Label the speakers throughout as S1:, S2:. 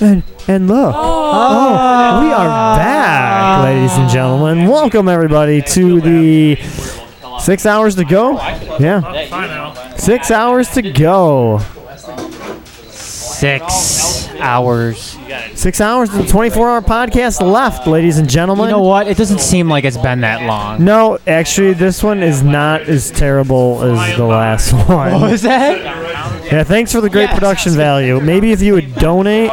S1: And and look, oh, we are
S2: Ah.
S1: back, ladies and gentlemen. Welcome everybody to the six hours to go. Yeah,
S3: Fine now.
S1: six hours to go.
S2: Six hours.
S1: Six hours to the 24-hour podcast left, ladies and gentlemen.
S2: You know what? It doesn't seem like it's been that long.
S1: No, actually, this one is not as terrible as the last
S2: Oh,
S1: one.
S2: was that?
S1: Yeah, thanks for the great
S2: Yes.
S1: production value. Maybe if you would donate,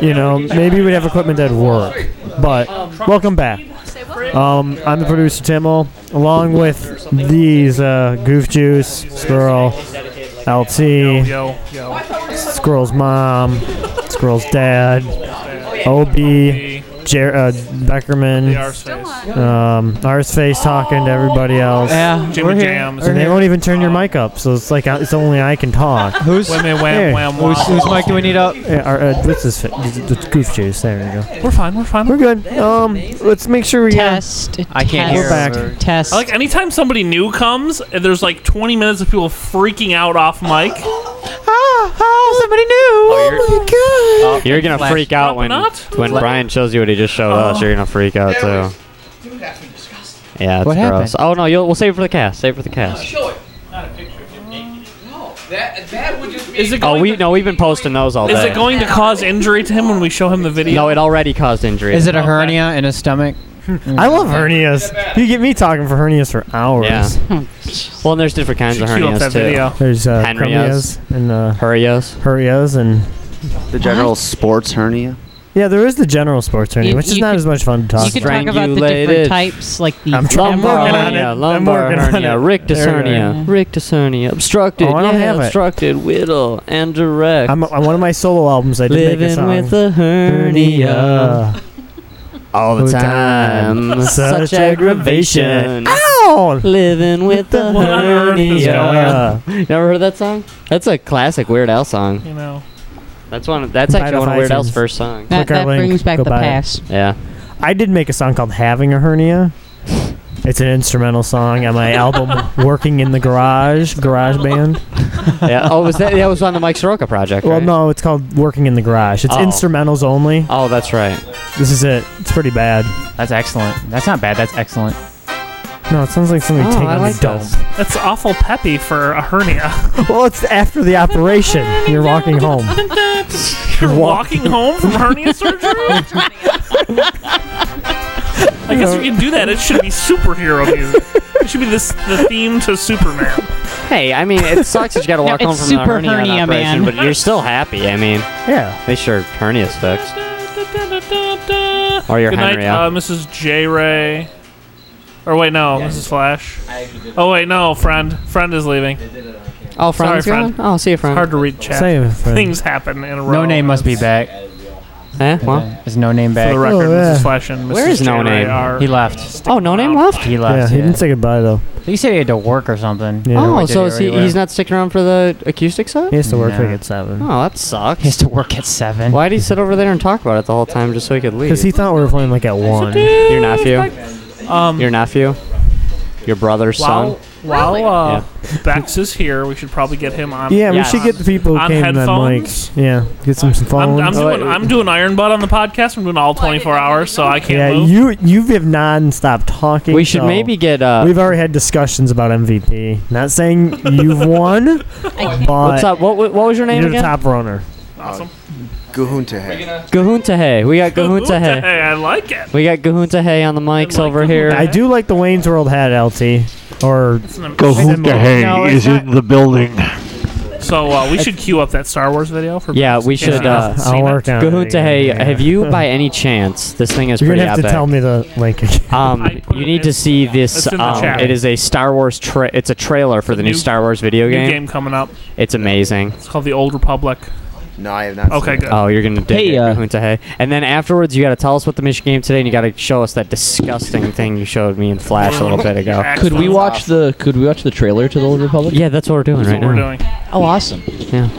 S1: you know, maybe we'd have equipment that'd work. But welcome back. Um, I'm the producer Timmel, along with these uh, Goof Juice, Squirrel, LT,
S3: Yo, yo.
S1: Squirrel's mom, Squirrel's dad, OB, Jer- uh,
S3: The
S1: Beckerman,
S3: Arseface.
S1: um, Arseface talking to everybody else.
S2: Yeah.
S3: Jimmy
S2: we're here.
S3: Jams.
S2: We're
S1: And they
S2: here.
S1: won't even turn your mic up, so it's like uh, it's only I can talk.
S2: Who's,
S3: Women, wham,
S1: Hey.
S3: wham, wham.
S2: who's, whose mic do we need up?
S1: Yeah, our, uh, what's this? fi- It's goof juice. There we go.
S3: We're fine, we're fine.
S1: We're good. Um, let's make sure we. Uh,
S4: Test.
S2: I can't
S4: test,
S2: hear.
S1: We're back.
S2: her.
S4: Test.
S3: like anytime somebody new comes, and there's like 20 minutes of people freaking out off mic.
S2: Ah, ah, somebody new.
S1: oh
S5: You're gonna
S2: Flash.
S5: freak out when
S3: Not-
S5: when
S3: Flash. Oh.
S5: Brian shows you what he just showed us. You're gonna freak out too. Yeah, it's
S2: What happened?
S5: gross. Oh no, you'll, we'll save it for the cast. Save it for the cast.
S6: Show it. Not a picture of him naked. No, that that would just be.
S3: Is it
S5: Oh,
S3: going
S5: we
S3: to,
S5: no, we've been posting those all
S3: Is
S5: day.
S3: it going to cause injury to him when we show him the video?
S5: No, it already caused injury.
S2: Is it a hernia in his stomach?
S1: my god! I love hernias. You get me talking for hernias for hours.
S5: Yeah.
S1: Oh,
S5: Well, and there's different kinds
S3: Cue
S5: of
S3: up that
S5: hernias too.
S3: video.
S1: There's uh,
S5: Henrias.
S1: cremias and uh,
S5: Hernias.
S1: hernias and
S7: The general sports hernia.
S1: yeah, there is the general sports hernia,
S4: You-
S1: which is
S4: you
S1: not
S4: could-
S1: as much fun to
S4: you
S1: talk.
S4: could
S1: about.
S4: talk about the
S5: Strangulated.
S4: different types, like the
S1: I'm trying- I'm
S4: lumbar
S1: working on
S4: hernia.
S1: it.
S5: Hernia,
S1: I'm
S5: lumbar
S1: working on
S5: hernia,
S1: it.
S5: rictus
S1: There we
S5: hernia, rictus hernia, obstructed,
S1: Oh, I don't
S5: yeah,
S1: have it.
S5: obstructed, whittle, and direct.
S1: I'm on one of my solo albums. I did make a
S5: Living
S1: song.
S5: with a hernia all the
S1: All the time.
S5: time.
S1: Such aggravation.
S5: Living with a
S3: What on earth is going on?
S5: hernia.
S1: Yeah.
S5: You Never heard that song? That's a classic Weird Al song.
S3: You know.
S5: That's one. That's actually
S1: Title
S5: one of Weird
S1: iTunes.
S5: Al's first songs.
S1: Click
S4: That,
S1: our
S4: that
S1: link,
S4: brings back
S1: go
S4: the
S1: buy it.
S4: past.
S5: Yeah.
S1: I did make a song called "Having a Hernia." It's an instrumental song on my album "Working in the Garage" Garage Band.
S5: Yeah. Oh, was that? That was on the Mike Soroka project.
S1: Well,
S5: right?
S1: no, it's called "Working in the Garage." It's
S5: Oh.
S1: instrumentals only.
S5: Oh, that's right.
S1: This is it. It's pretty bad.
S2: That's excellent. That's not bad. That's excellent.
S1: No, it sounds like somebody
S5: Oh,
S1: taking
S5: I like
S1: a dump.
S5: this.
S3: That's awful peppy for a hernia.
S1: well, it's after the operation. You're walking home.
S3: You're walking home from hernia surgery? I guess we can do that. It should be superhero music. It should be this the theme to Superman.
S5: Hey, I mean, it sucks that you gotta walk
S4: No,
S5: home
S4: it's
S5: from the
S4: super
S5: hernia,
S4: hernia,
S5: operation,
S4: man.
S5: but you're still happy. I mean,
S1: Yeah.
S5: they sure hernia's fixed. Or your
S3: Good night,
S5: Henry.
S3: uh, Mrs. J. Ray. Or wait, no, Mrs. Flash. Oh wait, no, friend. Friend is leaving.
S5: oh, friend.
S3: sorry,
S5: gone? Oh, see you, friend.
S3: Hard to read chat.
S1: Same.
S3: Things happen in a row.
S2: No name must be back.
S5: Eh? Well.
S2: Is no name
S3: For the
S2: back?
S3: record,
S1: Oh, yeah.
S3: Mrs. Flash and Mrs.
S5: Where is
S3: J.
S5: No
S3: Ray
S5: Name?
S3: Are,
S2: He left.
S5: Oh, no name left.
S2: He
S1: Yeah,
S2: left.
S1: he
S2: Yeah,
S1: didn't say goodbye though.
S2: he said he had to work or something.
S1: Yeah.
S5: Oh,
S2: We did
S5: so
S2: it
S5: is he,
S2: earlier.
S5: he's not sticking around for the acoustic set?
S1: He has to work
S2: Nah.
S1: like at seven.
S5: Oh, that
S2: He has
S5: sucks.
S2: to work at seven.
S5: Why did he sit over there and talk about it the whole time just so he could leave?
S1: Because he thought we were playing like at one.
S5: your nephew,
S3: um,
S5: your nephew, your brother's son.
S3: while while uh, Bex is here, we should probably get him on.
S1: Yeah, we
S5: Yes.
S1: should get the people who
S3: On
S1: came in on mics.
S3: headphones?
S1: Yeah, get some, some
S3: I'm,
S1: phones.
S3: I'm doing I'm doing Iron Butt on the podcast. I'm doing all 24 hours, so I can't
S1: yeah,
S3: move.
S1: you you have non-stop talking.
S5: We should
S1: so-
S5: maybe get uh.
S1: We've already had discussions about MVP. Not saying you've won, but
S5: what's up? What, what was your name
S1: you're the
S5: again?
S1: top runner.
S3: awesome.
S7: Guhuntahe.
S5: Gahuntahe. We got Gahuntahe.
S3: Hey, I like it.
S5: We got Gahuntahe on the mics
S3: like
S5: over here.
S1: I do like the Wayne's World hat, LT. Or
S3: It's an-
S8: Kahunkahay
S2: No, it's
S8: is
S2: not-
S8: in the building.
S3: So uh, we should queue up that Star Wars video for.
S5: Yeah,
S3: Bex,
S5: we
S3: in case
S5: should,
S3: he
S5: uh,
S3: hasn't seen
S1: I'll work
S3: it.
S1: on it.
S5: Gahuntahe,
S1: Yeah.
S5: have you by any chance? This thing is
S1: You're
S5: pretty
S1: gonna have to
S5: epic.
S1: tell me the link again.
S3: I
S5: Um,
S3: put
S5: you
S3: it
S5: need
S3: in-
S5: to see this.
S3: It's in the
S5: Um,
S3: chat.
S5: it is a Star Wars. Tra- it's a trailer for the new
S3: new-
S5: Star Wars video
S3: New
S5: game.
S3: game coming up.
S5: It's amazing.
S3: It's called The Old Republic.
S7: No, I have not.
S3: Okay,
S7: seen it.
S3: good.
S5: Oh, you're gonna dig
S2: Hey,
S5: it,
S2: uh,
S5: Gahuntahe. And then afterwards, you gotta tell us what the mission game today, and you gotta show us that disgusting thing you showed me in Flash a little bit ago.
S3: Excellent.
S9: Could we watch the Could we watch the trailer to the Old Republic?
S5: Yeah, that's what we're doing
S3: That's
S5: right
S3: what we're
S5: now.
S3: doing
S9: Oh, awesome!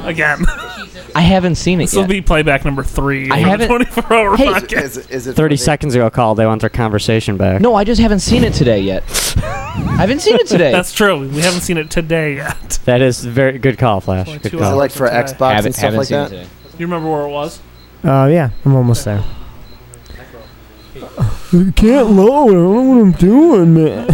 S3: again.
S9: I haven't seen it
S3: this will
S9: yet.
S3: be playback number three.
S9: I
S3: for the
S9: haven't-
S3: 24 hour
S9: Hey,
S3: podcast.
S7: Is, it- is it
S5: Thirty
S7: for the-
S5: seconds ago, call. They want their conversation back.
S9: No, I just haven't seen it today yet. I haven't seen it today.
S3: That's true. We haven't seen it today yet.
S5: That is very good call, Flash.
S3: Only
S5: Good
S3: two
S7: Is it
S5: call.
S3: hours.
S7: like for
S3: Today.
S7: Xbox and stuff like that?
S9: today.
S3: You remember where it was?
S1: Uh, yeah, I'm almost there. You can't load. I don't know what I'm doing, man.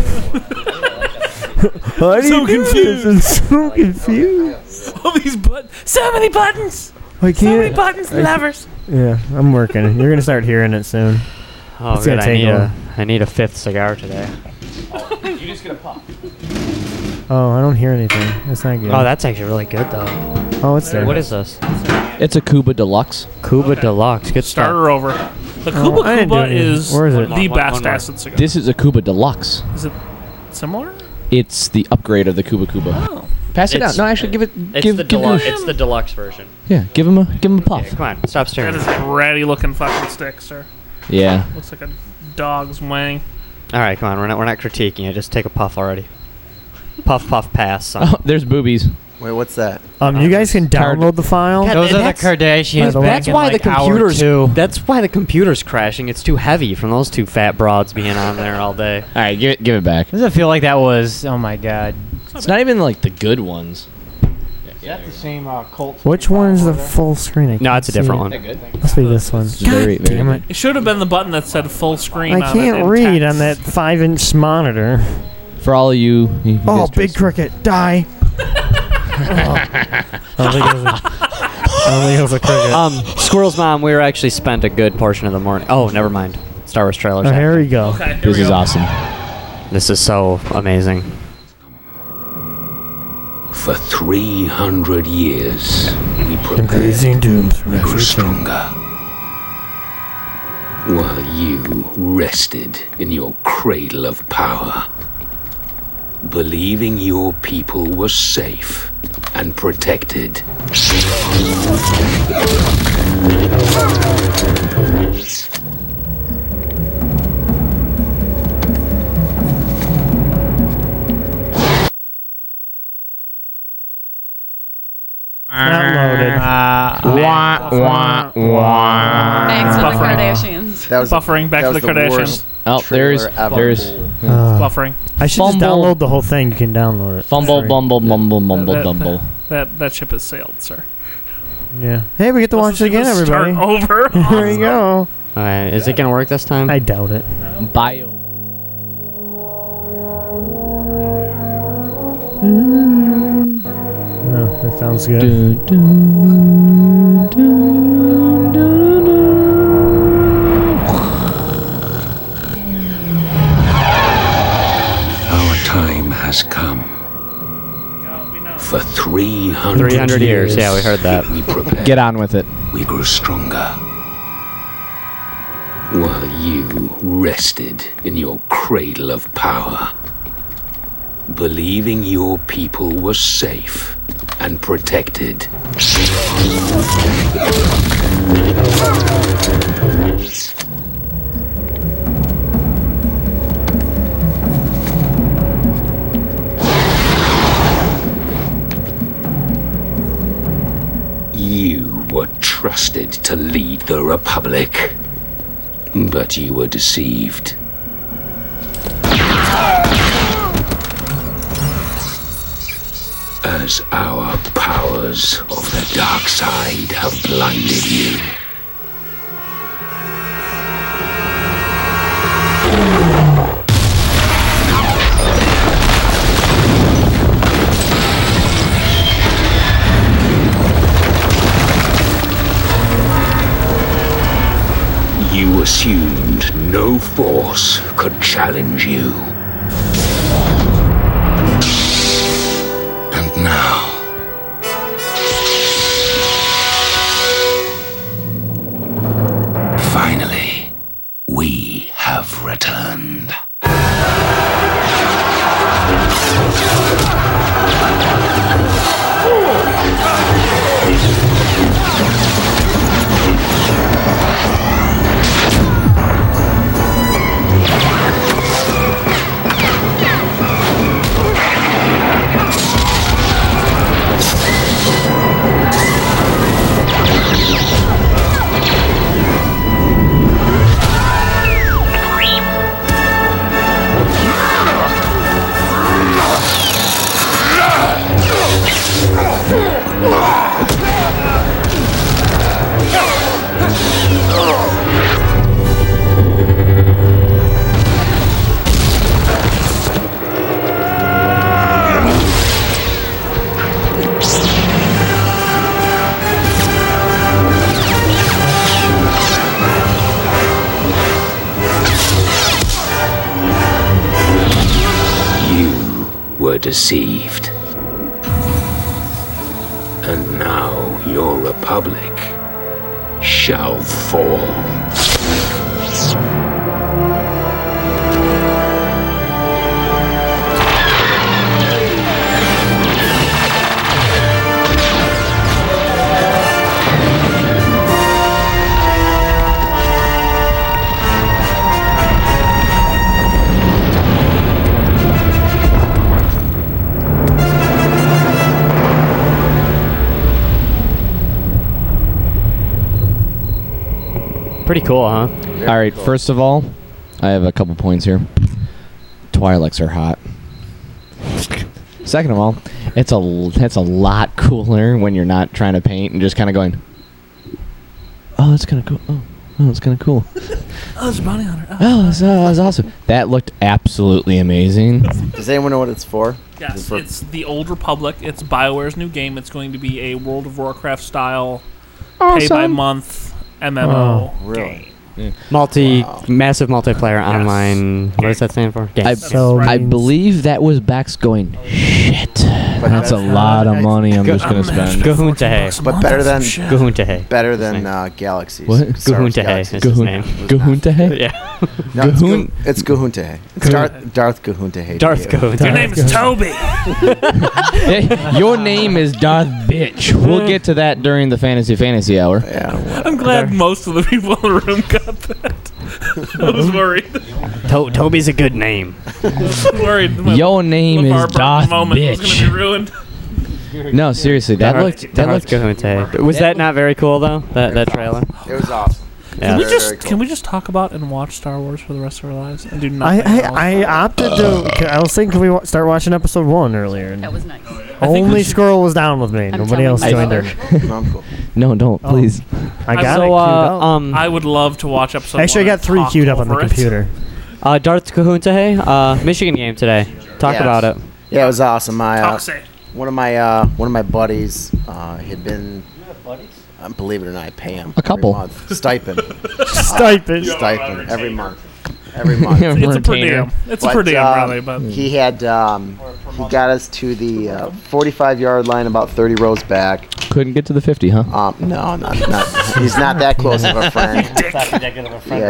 S1: How do
S3: So
S1: you do this?
S3: confused.
S1: I'm so confused.
S3: All these buttons. So many buttons.
S1: I
S3: So many
S1: can't.
S3: buttons and levers.
S1: Yeah, I'm working. You're gonna start hearing it soon.
S5: Oh,
S1: It's gonna
S5: good. I
S1: take
S5: need
S1: a
S5: a, I need a fifth cigar today.
S6: You're just gonna pop.
S1: Oh, I don't hear anything. That's not good.
S5: Oh, that's actually really good though.
S1: Oh, it's there.
S5: What is this?
S9: It's a Cuba Deluxe.
S5: Cuba Deluxe. Good
S3: Start
S5: stuff.
S3: her over. The
S1: Oh,
S3: Cuba
S1: I didn't do
S3: Cuba
S1: anything.
S3: is,
S1: Where is it?
S3: the
S5: One more,
S3: best
S5: one more.
S3: acid cigar.
S9: This is a Cuba Deluxe.
S3: is it similar?
S9: It's the upgrade of the Cuba Cuba.
S3: Oh.
S9: Pass it
S5: It's-
S9: down. No, actually, give it.
S5: It's
S9: give,
S5: the
S9: give Oh. him
S5: deluxe.
S9: a-
S5: It's the deluxe version.
S9: yeah, give him a give him a puff.
S5: Yeah, come on, stop
S3: That
S5: staring.
S3: is a ratty looking fucking stick, sir.
S9: Yeah.
S3: Looks like a dog's wang.
S5: All right, come on. We're not we're not critiquing it. Just take a puff already. Puff, puff, pass. son.
S9: Oh, there's boobies.
S7: Wait, what's that?
S1: Um, you guys can
S9: Tired.
S1: download the file.
S5: God,
S2: Those are the
S5: that's-
S2: Kardashians.
S1: By the way-
S2: back
S5: That's
S2: in,
S5: why
S2: like,
S5: the
S2: hour
S5: computers.
S2: two.
S5: That's why the computer's crashing. It's too heavy from those two fat broads being on there all day.
S9: All right, give it give it back.
S2: Doesn't feel like that was. Oh my god.
S9: It's not even like the good ones.
S4: the same uh, Colt.
S1: Which one's the full screen? I
S5: No,
S1: can't
S5: it's a
S1: see
S5: different
S1: it.
S5: one.
S9: good?
S1: Must be this one.
S9: God very, very
S1: Damn it.
S3: It should have been the button that said full screen.
S1: I
S3: on it
S1: can't
S3: in
S1: read
S3: text.
S1: on that five-inch monitor.
S9: For all of you. you
S1: Oh,
S9: guys
S1: big
S9: traced-
S1: cricket, die! oh. I don't think it was a, I don't think it was a cricket.
S5: Um, Squirrel's mom. We were actually spent a good portion of the morning. Oh, never mind. Star Wars trailers.
S1: oh, here we go.
S3: Okay, here
S9: This
S3: we
S9: is
S3: go.
S9: awesome.
S5: This is so amazing.
S8: For 300 years, we prepared
S1: Increasing dooms.
S8: grew stronger. While you rested in your cradle of power, believing your people were safe and protected.
S5: Ah.
S1: Not
S3: Wah,
S10: Thanks for the
S3: Buffering.
S10: Kardashians.
S7: That was
S3: Buffering back
S7: that
S3: to the
S7: was
S3: Kardashians.
S7: worst
S9: Oh,
S7: trailer
S9: there's
S7: ever.
S9: there's
S1: loaded. Uh,
S3: Buffering.
S1: I should just
S9: Fumble.
S1: download the whole thing. You can download it.
S9: fumble,
S1: Sorry.
S9: bumble, mumble, mumble,
S3: that-
S9: bumble.
S3: That that ship has sailed, sir.
S1: Yeah. Hey, we get to
S3: Let's-
S1: watch it again,
S3: let's
S1: everybody.
S3: Start over.
S1: There you go.
S5: All right, is it gonna work this time?
S1: I doubt it.
S9: Bio.
S1: No, that sounds good.
S9: Dun, dun, dun, dun, dun, dun.
S8: Our time has come. For 300,
S5: 300 years. Yeah, we heard that.
S8: We prepared.
S9: Get on with it.
S8: we grew stronger. While you rested in your cradle of power, believing your people were safe and protected. You were trusted to lead the Republic, but you were deceived. As our powers of the dark side have blinded you. You assumed no force could challenge you. And now. Finally, we have returned. deceived. And now your republic shall fall.
S5: Pretty cool, huh?
S9: All right. First of all, I have a couple points here. Twi'leks are hot. Second of all, it's a l- it's a lot cooler when you're not trying to paint and just kind of going. Oh, that's kind of cool. Oh, oh, that's kind of cool.
S3: Oh, there's a bounty hunter. Oh.
S9: Oh, that's, uh, that's awesome. That looked absolutely amazing.
S7: Does anyone know what it's for?
S3: Yes,
S7: For-
S3: it's the Old Republic. It's Bioware's new game. It's going to be a World of Warcraft style pay by month MMO.
S7: Really?
S5: Multi, massive multiplayer
S3: Yes.
S5: online. What does that stand for? Game.
S9: I,
S1: So
S9: I
S1: means-
S9: believe that was Bax going. Shit, that's a lot of money. I'm just gonna spend.
S5: Gohuntahe.
S7: But better than
S5: Gohuntahe.
S7: better than uh, galaxies.
S9: What?
S7: Star Wars
S5: Gohuntahe
S7: Galaxies.
S5: is his name.
S9: Gahuntahe?
S5: Yeah.
S7: No, it's
S9: Gohun-
S7: Gohun- it's Gohuntahe. It's Darth Darth Gohuntahe. to
S5: Darth
S7: you.
S3: Your name
S5: Gohuntahe.
S3: is Toby.
S9: Hey, Your name is Darth Bitch. We'll get to that during the fantasy fantasy hour.
S7: Yeah.
S3: I'm glad most of the people in the room got that. I was worried.
S5: To- Toby's a good name.
S3: worried. My
S9: Your name
S3: LeVar
S9: is
S3: Burton
S9: Darth
S3: moment was gonna be
S9: Bitch.
S3: ruined.
S9: No, seriously, that
S5: Darth-
S9: looked that
S5: Darth
S9: looked
S5: Gohuntahe. Was that not very cool though? That that trailer.
S7: It was awesome.
S5: Yeah.
S3: Can we
S7: Very,
S3: just
S7: very cool.
S3: can we just talk about and watch Star Wars for the rest of our lives and do
S1: I,
S3: nothing? else?
S1: I, I opted to. I was thinking we wa- start watching episode one earlier, and
S10: That was nice.
S3: think we
S1: only
S3: should-
S1: Squirrel was down with me.
S10: I'm
S1: Nobody
S10: telling
S1: else
S10: my
S1: joined
S10: mother.
S1: in.
S7: No, I'm cool.
S9: No, don't
S1: Oh.
S9: please.
S1: I got it.
S3: So,
S5: So
S1: queued
S5: uh,
S1: up.
S5: um,
S3: I would love to watch episode.
S1: Actually, I
S3: one
S1: got
S3: and
S1: three
S3: talk
S1: queued up on the
S3: over it.
S1: computer.
S5: uh, Darth Kahuntahe, uh, Michigan game today. Talk
S7: Yes.
S5: about it.
S7: Yeah, it was awesome. My uh,
S3: Toxic.
S7: one of my uh, one of my buddies uh, had been. Um, believe it or not, I pay him
S9: A couple.
S7: every month. stipend, Uh,
S1: Stipend.
S7: stipend every month, every month.
S3: It's a per
S9: Retainer.
S3: diem. It's a per
S7: But,
S3: diem,
S9: uh,
S7: um,
S3: really. But
S7: He had um, he got us to the uh, 45 yard line, about 30 rows back.
S9: Couldn't get to the 50, huh?
S7: Um, no, not, not he's not that close of a friend. Yeah,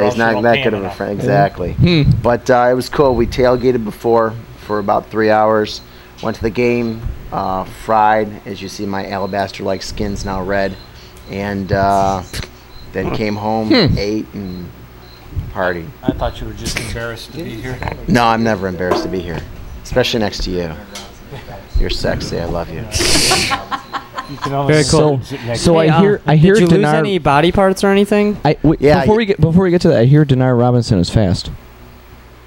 S7: he's not that good of a friend. Exactly.
S9: Hmm.
S7: But uh, it was cool. We tailgated before for about three hours. Went to the game, uh, fried. As you see, my alabaster-like skin's now red. And uh, then came home,
S9: Hmm.
S7: ate, and partied.
S4: I thought you were just embarrassed to be here.
S7: No, I'm never embarrassed to be here, especially next to you. You're sexy. I love you.
S4: You can only
S5: Very cool.
S4: sit next
S9: So
S5: Hey,
S9: I
S5: uh,
S9: hear I hear
S5: Did you lose
S9: Dinar.
S5: any body parts or anything?
S9: I, wait,
S7: Yeah,
S9: before
S7: I-
S9: we get before we get to that, I hear Dinar Robinson is fast.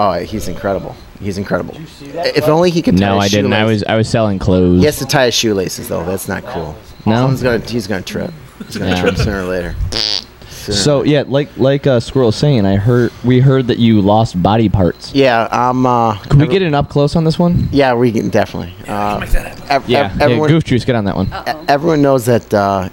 S7: Oh, he's incredible. He's incredible. If only he could. tie
S9: No,
S7: his
S9: I didn't. I
S7: shoelace-
S9: was I was selling clothes.
S7: He has to tie his shoelaces though. That's not cool.
S9: No?
S7: Someone's gonna he's gonna trip. He's gonna
S9: Yeah.
S7: trip sooner or later. Sooner
S9: So
S7: or-
S9: yeah, like like uh, Squirrel was saying, I heard we heard that you lost body parts.
S7: yeah, I'm. Uh,
S9: Can we get an up close on this one?
S7: Yeah, we can definitely. Uh, ev- ev-
S9: Yeah, yeah
S7: everyone, e-,
S9: Goof Juice, get on that one.
S10: Uh-oh.
S7: everyone knows that. Uh,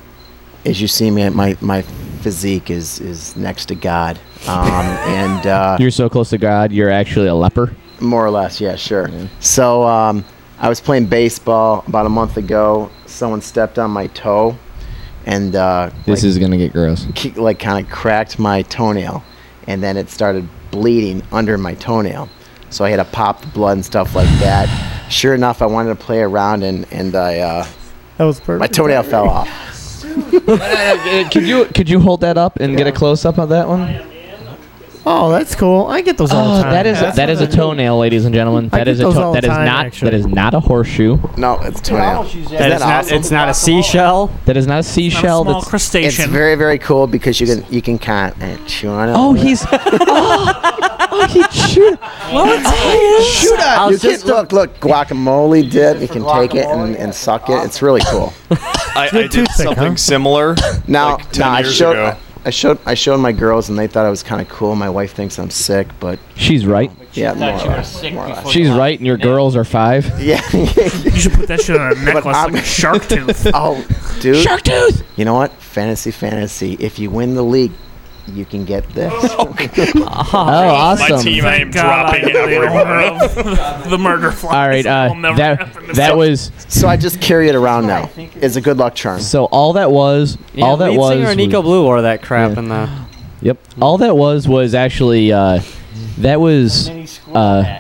S7: as you see me, my my physique is is next to God. Um, and uh,
S9: You're so close to God, you're actually a leper.
S7: More or less, yeah, sure. So um, I was playing baseball about a month ago. Someone stepped on my toe, and uh,
S9: This
S7: like,
S9: is gonna get gross.
S7: ki- like kind of cracked my toenail, and then it started bleeding under my toenail. So I had to pop the blood and stuff like that. Sure enough, I wanted to play around, and and I uh,
S1: That was perfect.
S7: my toenail fell off.
S9: Uh, could you could you hold that up and get a close up on that one? Uh,
S1: Oh, that's cool. I get those all the time.
S9: Oh, that is that is a toenail, ladies and gentlemen.
S1: I
S9: That
S1: get
S9: is a
S1: those
S9: toe-
S1: all
S9: that
S1: the
S9: is
S1: time,
S9: not
S1: actually.
S9: that is not a horseshoe.
S7: No, it's toenail.
S5: That
S7: that
S5: is not.
S7: awesome?
S5: It's not a seashell.
S9: That is not a
S3: Not
S9: seashell.
S3: a small
S9: that's
S7: It's
S3: crustacean.
S7: very very cool because you can you can kind of chew on it. a
S9: oh,
S7: little bit.
S9: he's oh, oh he shoot.
S7: Shoot
S5: I
S7: up! You
S5: was
S7: can
S5: just
S7: look, look, guacamole dip. You can take it and, and suck it. It's really cool.
S11: I, I did
S1: toothpick,
S11: something
S1: huh?
S11: similar.
S7: Now,
S11: Like 10
S7: now I
S11: years
S7: showed,
S11: ago.
S7: I showed, I showed my girls, and they thought I was kind of cool. My wife thinks I'm sick, but
S9: She's right.
S7: yeah, more or
S4: you were
S7: less,
S4: sick
S7: more or less.
S4: before
S9: She's right, and your girls are five.
S7: Yeah.
S3: you should put that shit on a necklace like
S7: I'm-
S3: a shark tooth.
S7: oh, dude.
S9: Shark tooth.
S7: You know what? Fantasy, fantasy. If you win the league, you can get this.
S9: Oh, awesome.
S3: My team, I am dropping it everywhere. the murder flies.
S9: All right, uh,
S3: Will never
S9: that
S3: happen to
S9: that
S3: me.
S9: was
S7: So I just carry it around now. It's a good luck charm.
S9: so all that was
S5: Yeah,
S9: all that
S5: lead
S9: was
S5: singer Nico
S9: was-
S5: Blue wore that crap
S9: Yeah.
S5: in the.
S9: Yep. All that was was actually uh, that was uh,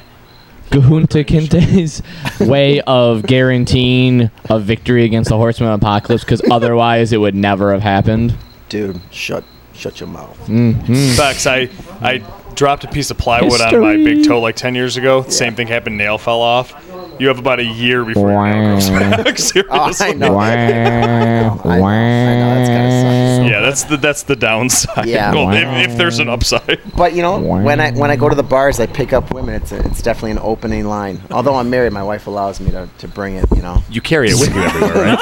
S9: Gahunta Kinte's way of guaranteeing a victory against the Horseman of Apocalypse because otherwise it would never have happened.
S7: Dude, shut shut your mouth.
S9: Mhm.
S11: Sucks. I I dropped a piece of plywood on my big toe like ten years ago. Same thing happened. Nail fell off. You have about a year before your nail grows back.
S7: Oh,
S11: Seriously. Yeah, that's the that's the downside.
S7: Yeah.
S11: Well, if, if there's an upside.
S7: But you know, when I when I go to the bars, I pick up women. It's a, it's definitely an opening line. Although I'm married, my wife allows me to, to bring it. You know.
S11: You carry it with you everywhere,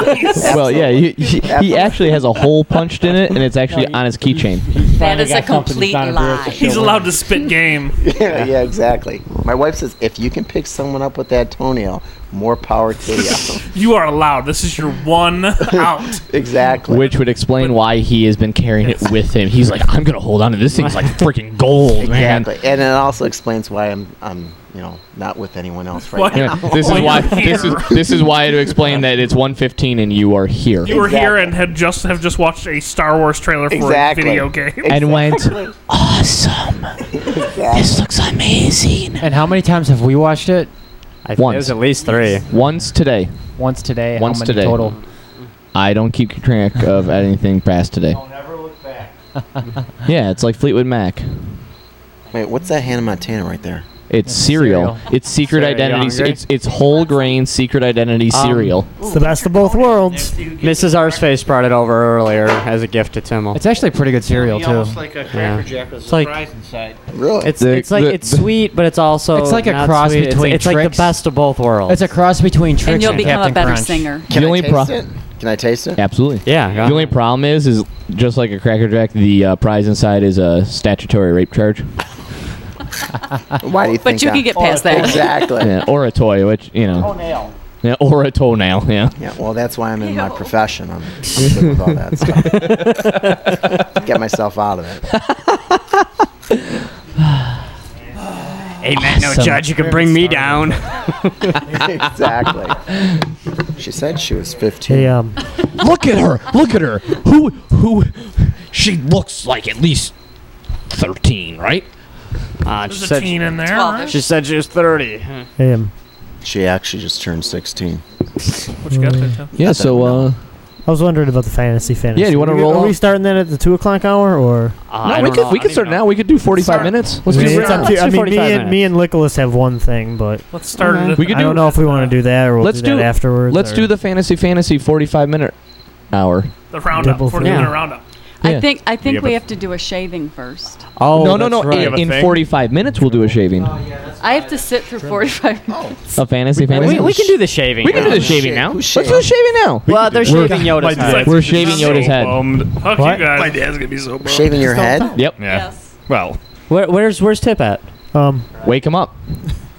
S9: well, yeah, he, he, he actually has a hole punched in it, and it's actually on his keychain.
S12: That is a complete lie.
S3: He's allowed to spit game.
S7: yeah, yeah, exactly. My wife says if you can pick someone up with that toenail, more power to you.
S3: You are allowed. This is your one out.
S7: exactly.
S9: Which would explain why he has been carrying it with him. He's like, I'm gonna hold on to this thing's like freaking gold, man.
S7: Exactly. And it also explains why I'm I'm you know not with anyone else right
S3: Why-
S7: now.
S9: Yeah, this is why this is this is why to explain that it's 1:15 and you are here.
S3: You were here and had just have just watched a Star Wars trailer for
S9: Exactly.
S3: a video game.
S9: And went awesome. This looks amazing. And how many times have we watched it?
S5: I think
S9: Once.
S5: it was at least three.
S9: Once today.
S2: Once today.
S9: Once
S2: how many
S9: today.
S2: Total.
S9: I don't keep track of anything past today. Yeah, it's like Fleetwood Mac.
S7: Wait, what's that Hannah Montana right there?
S9: It's cereal. It's secret
S7: Cereal, you
S9: identity.
S7: hungry?
S9: It's it's whole grain secret identity
S5: Um,
S9: cereal.
S1: It's the best of both worlds.
S5: Mrs. Arsface brought it over earlier as a gift to Timmel.
S2: It's actually pretty good cereal too.
S4: Almost like a Cracker Jack with a
S5: It's like
S4: surprise inside.
S7: Really?
S5: it's,
S2: The-
S5: it's like
S2: the-
S5: it's sweet, but it's also
S2: It's like a
S5: not
S2: cross
S5: sweet. It's-
S2: between
S5: It's, like the
S2: Trix-
S5: best of both worlds.
S2: It's a cross between tricks
S12: And
S2: and,
S12: you'll become a
S2: Captain
S12: better
S2: Crunch.
S12: singer.
S9: Can The I only taste pro- it?
S7: Can I taste it?
S9: Absolutely.
S5: Yeah.
S9: The only problem is, is just like a Cracker Jack, the uh, prize inside is a statutory rape charge.
S7: Why do you
S12: But
S7: think
S12: you
S7: I-
S12: can get past that.
S7: Exactly.
S9: yeah, uh, or a toy, which you know.
S4: Toenail.
S9: Yeah, or a toenail. Yeah.
S7: Yeah, well, that's why I'm in my profession. I'm, I'm good with all that stuff. Get myself out of it.
S5: Hey man, no
S7: Awesome.
S5: judge, you can bring me down.
S7: exactly. She said she was 15.
S1: Hey, um,
S9: Look at her. Look at her. Who? Who? She looks like at least thirteen, right?
S5: Uh,
S3: There's a teen in there. right?
S5: She said she was thirty.
S1: hey, um,
S7: She actually just turned 16.
S3: What you got there, Tim?
S9: Yeah. So, uh,
S1: I was wondering about the fantasy fantasy.
S9: Yeah, do you wanna
S1: Are we-
S9: roll
S1: Are we
S9: off?
S1: starting that at the two o'clock hour or?
S9: no, we could we could start now. We could do forty-five minutes. Let's
S1: I
S9: do
S1: mean, it's up to you. I mean, me
S5: 45
S1: and me and Nicholas have one thing, but
S3: Let's start it.
S9: We could
S1: I
S9: do-
S1: don't know if we want to do that or we'll
S9: Let's
S1: do that
S9: do-
S1: afterwards.
S9: Let's
S1: or-
S9: do the fantasy fantasy forty-five minute hour.
S3: the roundup.
S1: Double
S3: 40
S1: through.
S3: minute roundup.
S9: Yeah.
S12: I think I think
S9: Yeah, but-
S12: we have to do a shaving first.
S5: Oh
S9: no, no, no! In, in forty-five minutes, we'll do a shaving.
S12: I have to sit for 45 minutes.
S9: A fantasy fantasy.
S5: We, we can do the shaving.
S9: We can do the shaving now. Let's do the shaving now.
S5: Well, they're
S9: We're-
S5: shaving Yoda's head.
S9: We're shaving Yoda's head.
S3: Fuck
S1: What?
S3: you guys.
S11: My dad's gonna be so bummed.
S7: Shaving your head?
S9: Yep.
S12: Yes.
S11: Well,
S5: Where, where's where's Tip at?
S1: Um,
S9: Wake him up.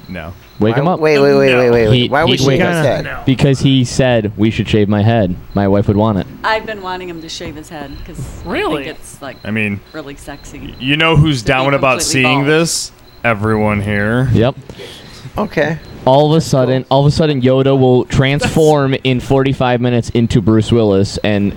S11: no.
S9: Wake him up.
S7: Wait, wait, wait, wait, wait. wait.
S9: He-
S7: why would
S9: he'd
S7: she
S9: wake
S7: his
S1: up.
S7: head?
S3: No.
S9: Because he said we should shave my head. My wife would want it.
S12: I've been wanting him to shave his head because
S3: Really?
S12: I think it's like
S11: I mean,
S12: really sexy.
S11: you know who's down about
S12: completely
S11: seeing
S12: bald.
S11: this? Everyone here.
S9: Yep.
S7: Okay.
S9: All of a sudden, all of a sudden, Yoda will transform in 45 minutes into Bruce Willis, and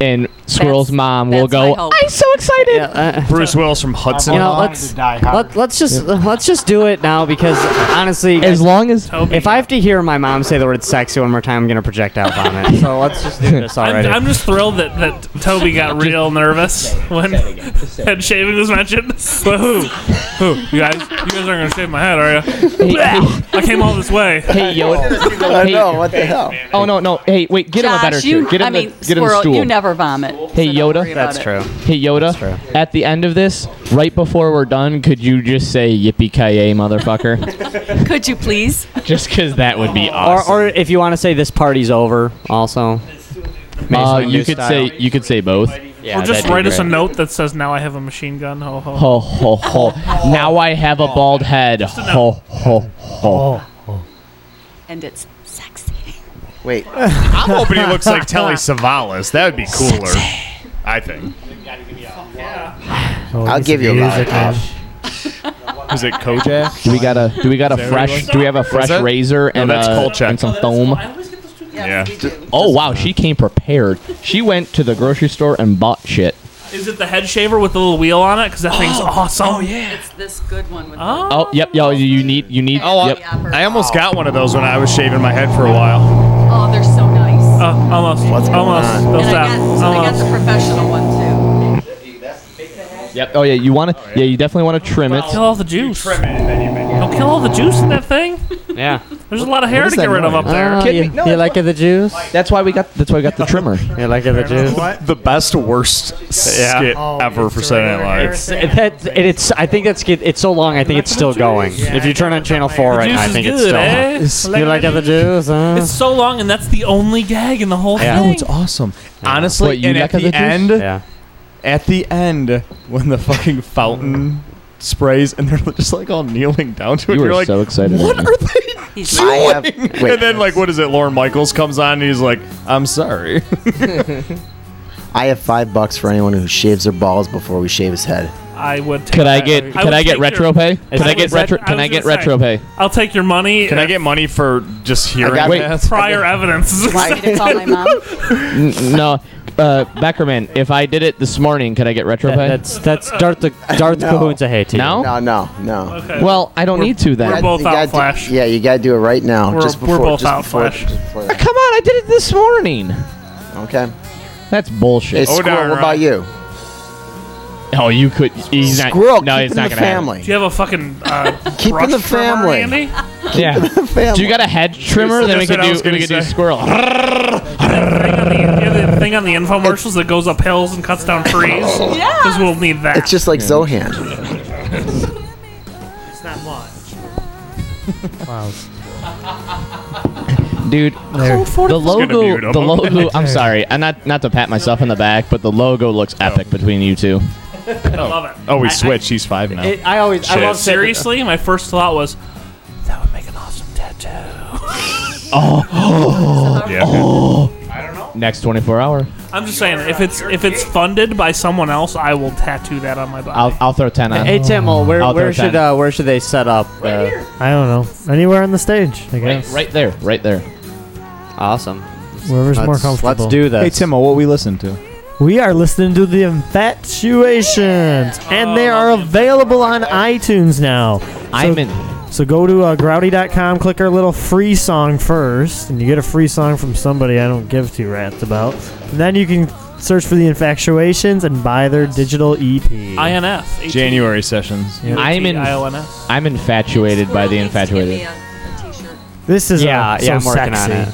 S9: and Squirrel's mom will
S12: that's my
S9: go.
S12: hope.
S9: I'm so excited.
S5: Yeah, uh,
S11: Bruce Willis from Hudson.
S5: you know,
S4: wanted
S5: let's
S4: to die hard.
S5: let, let's just let's just do it now because honestly,
S9: As long as
S3: Toby.
S5: if I have to hear my mom say the word sexy one more time, I'm gonna project out on it. So let's just do this
S3: I'm,
S5: already.
S3: I'm just thrilled that, that Toby got real nervous when head shaving was mentioned. But who? Who? You guys? You guys aren't gonna shave my head, are you?
S9: hey, hey,
S3: I came all this way.
S9: hey, Yoda.
S7: I know. What the hell?
S9: Oh no no. Hey wait, get him a
S12: Josh,
S9: better
S12: you,
S9: chair. Get him
S12: I mean,
S9: the, get him
S12: squirrel,
S9: a stool.
S12: you never vomit.
S9: Hey,
S12: so don't
S9: Yoda.
S12: worry about
S5: That's
S12: it.
S5: true.
S9: Hey Yoda, at the end of this, right before we're done, could you just say "Yippee ki yay, motherfucker"?
S12: Could you please?
S9: just because that would be
S5: Or,
S9: awesome.
S5: or if you want to say this party's over, also.
S9: uh,
S5: Mason
S9: you
S5: Doo
S9: could
S5: style.
S9: say you could say both.
S5: Yeah,
S3: or just
S5: that'd be
S3: write us a
S5: great.
S3: note that says, "Now I have a machine gun." Ho ho.
S9: Ho ho ho! Now I have a bald head. Ho ho ho!
S12: And it's sexy.
S7: Wait.
S11: I'm hoping he looks like Telly Savalas. That would be cooler. I think.
S1: Oh,
S7: I'll
S1: he's
S7: give
S1: a
S7: you a
S1: music
S7: lollipop.
S11: Is it Kojak?
S9: Do we got a do we got a
S11: Is that what it
S9: fresh
S11: was?
S9: do we have a
S11: Is
S9: fresh
S11: that-
S9: razor
S11: No,
S9: and,
S11: that's
S9: uh,
S11: Kolchak.
S9: and some foam?
S11: Yeah.
S9: Oh wow, she came prepared. She went to the grocery store and bought shit.
S3: Is it the head shaver with the little wheel on it? Because that thing's awesome. Oh yeah.
S12: It's this good one with
S3: oh.
S9: Oh yep, yo, you need you need.
S7: uh,
S11: Oh,
S9: yep.
S11: I almost got one of those when I was shaving my head for a while.
S12: Oh, they're so nice.
S3: Uh, almost. almost.
S11: on?
S3: They'll
S12: and
S3: stop. Oh.
S12: I got, so I got
S3: Almost.
S12: the professional one
S9: Yep. Oh yeah, you want to? Yeah, you definitely want to trim it.
S3: Kill all the juice. Don't kill all the juice in that thing.
S9: Yeah.
S3: There's a lot of hair to get rid of
S5: Oh,
S3: up
S5: Uh,
S3: there.
S9: you, like the juice? That's why we got. That's why we got the trimmer. You like the juice?
S11: The best worst skit ever for Saturday Night Live.
S5: It's, that, and it's, I think that's good. It's so long. I think it's still going. If you turn on channel four right now, I
S3: juice
S5: think
S3: is
S5: it's still.
S3: good, eh?
S5: You like at the juice? Huh?
S3: It's so long, and that's the only gag in the whole
S5: Yeah.
S3: thing.
S5: No,
S13: Oh, it's awesome. Honestly,
S5: What, you
S13: and
S5: got
S13: at the,
S5: the juice?
S13: end,
S5: Yeah.
S13: at the end, when the fucking fountain sprays and they're just like all kneeling down to it,
S9: You
S13: you're
S9: were
S13: like,
S9: so excited.
S13: What
S9: right now.
S13: are
S12: too.
S13: and then like, what is it? Lauren Michaels comes on and he's like, "I'm sorry."
S7: I have five bucks for anyone who shaves their balls before we shave his head.
S3: I would. Take
S9: Could I
S3: that.
S9: get- could
S3: would
S9: I get
S3: take your-
S9: retro pay? Could I
S3: would
S9: get
S3: say-
S9: retro- can
S3: was
S9: I get
S3: gonna say,
S9: retro pay?
S3: I'll take your money.
S11: Can I
S3: if
S11: get money for just hearing
S9: got- Wait.
S11: that?
S3: prior evidence? is
S12: too. Want me to call my mom?
S9: N- no, uh, Beckerman. If I did it this morning, could I get retro pay? That's
S5: that's Darth the Darth
S7: No. Cahoon's
S9: a hate
S7: No,
S9: No.
S7: no, no, no.
S9: Well, I don't need to then.
S7: You gotta do- yeah, you gotta do it right now.
S9: We're-
S7: just
S9: we're
S7: before,
S9: both
S7: just
S9: out,
S7: before-
S9: Flash.
S7: just before that.
S9: Ah, Come on, I did it this morning.
S7: Okay.
S9: That's bullshit.
S7: Hey, Squirrel, what about you?
S9: Oh, you could. He's not,
S7: Squirrel,
S9: no,
S7: keep
S9: he's
S7: in
S9: not
S7: the
S9: gonna have it.
S7: family.
S3: Do you have a fucking uh,
S7: Keep in
S3: brush
S7: the
S3: trimmer,
S7: family.
S3: Andy?
S9: Yeah.
S7: family.
S9: Do you got a head trimmer? Then we
S3: That's what
S9: could
S3: I
S9: do.
S3: was gonna
S9: We could do
S3: say.
S9: squirrel.
S3: You have the thing on the infomercials that goes up hills and cuts down trees.
S12: Yeah.
S3: Because we'll need that.
S7: It's just like Zohan.
S3: It's not much.
S1: Wow.
S9: Dude, the
S1: mute
S9: logo.
S1: him.
S9: The logo. I'm sorry. I'm not not to pat myself in the back, but the logo looks epic between you two.
S3: I love it.
S13: Oh, we
S3: I-
S13: switched. He's five now.
S5: It- I always- I
S3: Shit.
S5: love saying-
S3: seriously. My first thought was that would make an awesome tattoo.
S9: Oh. oh,
S11: Yeah.
S9: I don't know. Next 24 hour,
S3: I'm just saying, if it's if it's funded by someone else, I will tattoo that on my body.
S9: I'll, I'll throw 10 on.
S5: Hey Timmel, where,
S9: I'll throw
S5: where should
S9: 10.
S5: uh, where should they set up? uh,
S1: I don't know. Anywhere on the stage, I
S9: right,
S1: guess.
S9: right there, right there.
S5: Awesome.
S1: Wherever's more comfortable.
S5: Let's do this.
S13: Hey Timo, what we listen to?
S1: We are listening to the Infatuations, and they are available on iTunes now.
S9: I'm
S1: so,
S9: in.
S1: So go to uh, growdy.com, click our little free song first, and you get a free song from somebody I don't give two rats about. And then you can search for the Infatuations and buy their digital E EP.
S3: INF. 18.
S13: January sessions.
S1: Yeah.
S9: I'm in.
S3: T-I-O-N-S.
S9: I'm infatuated by the infatuated.
S1: This is
S5: yeah,
S1: uh, so
S5: yeah. I'm working
S1: sexy.
S5: on it.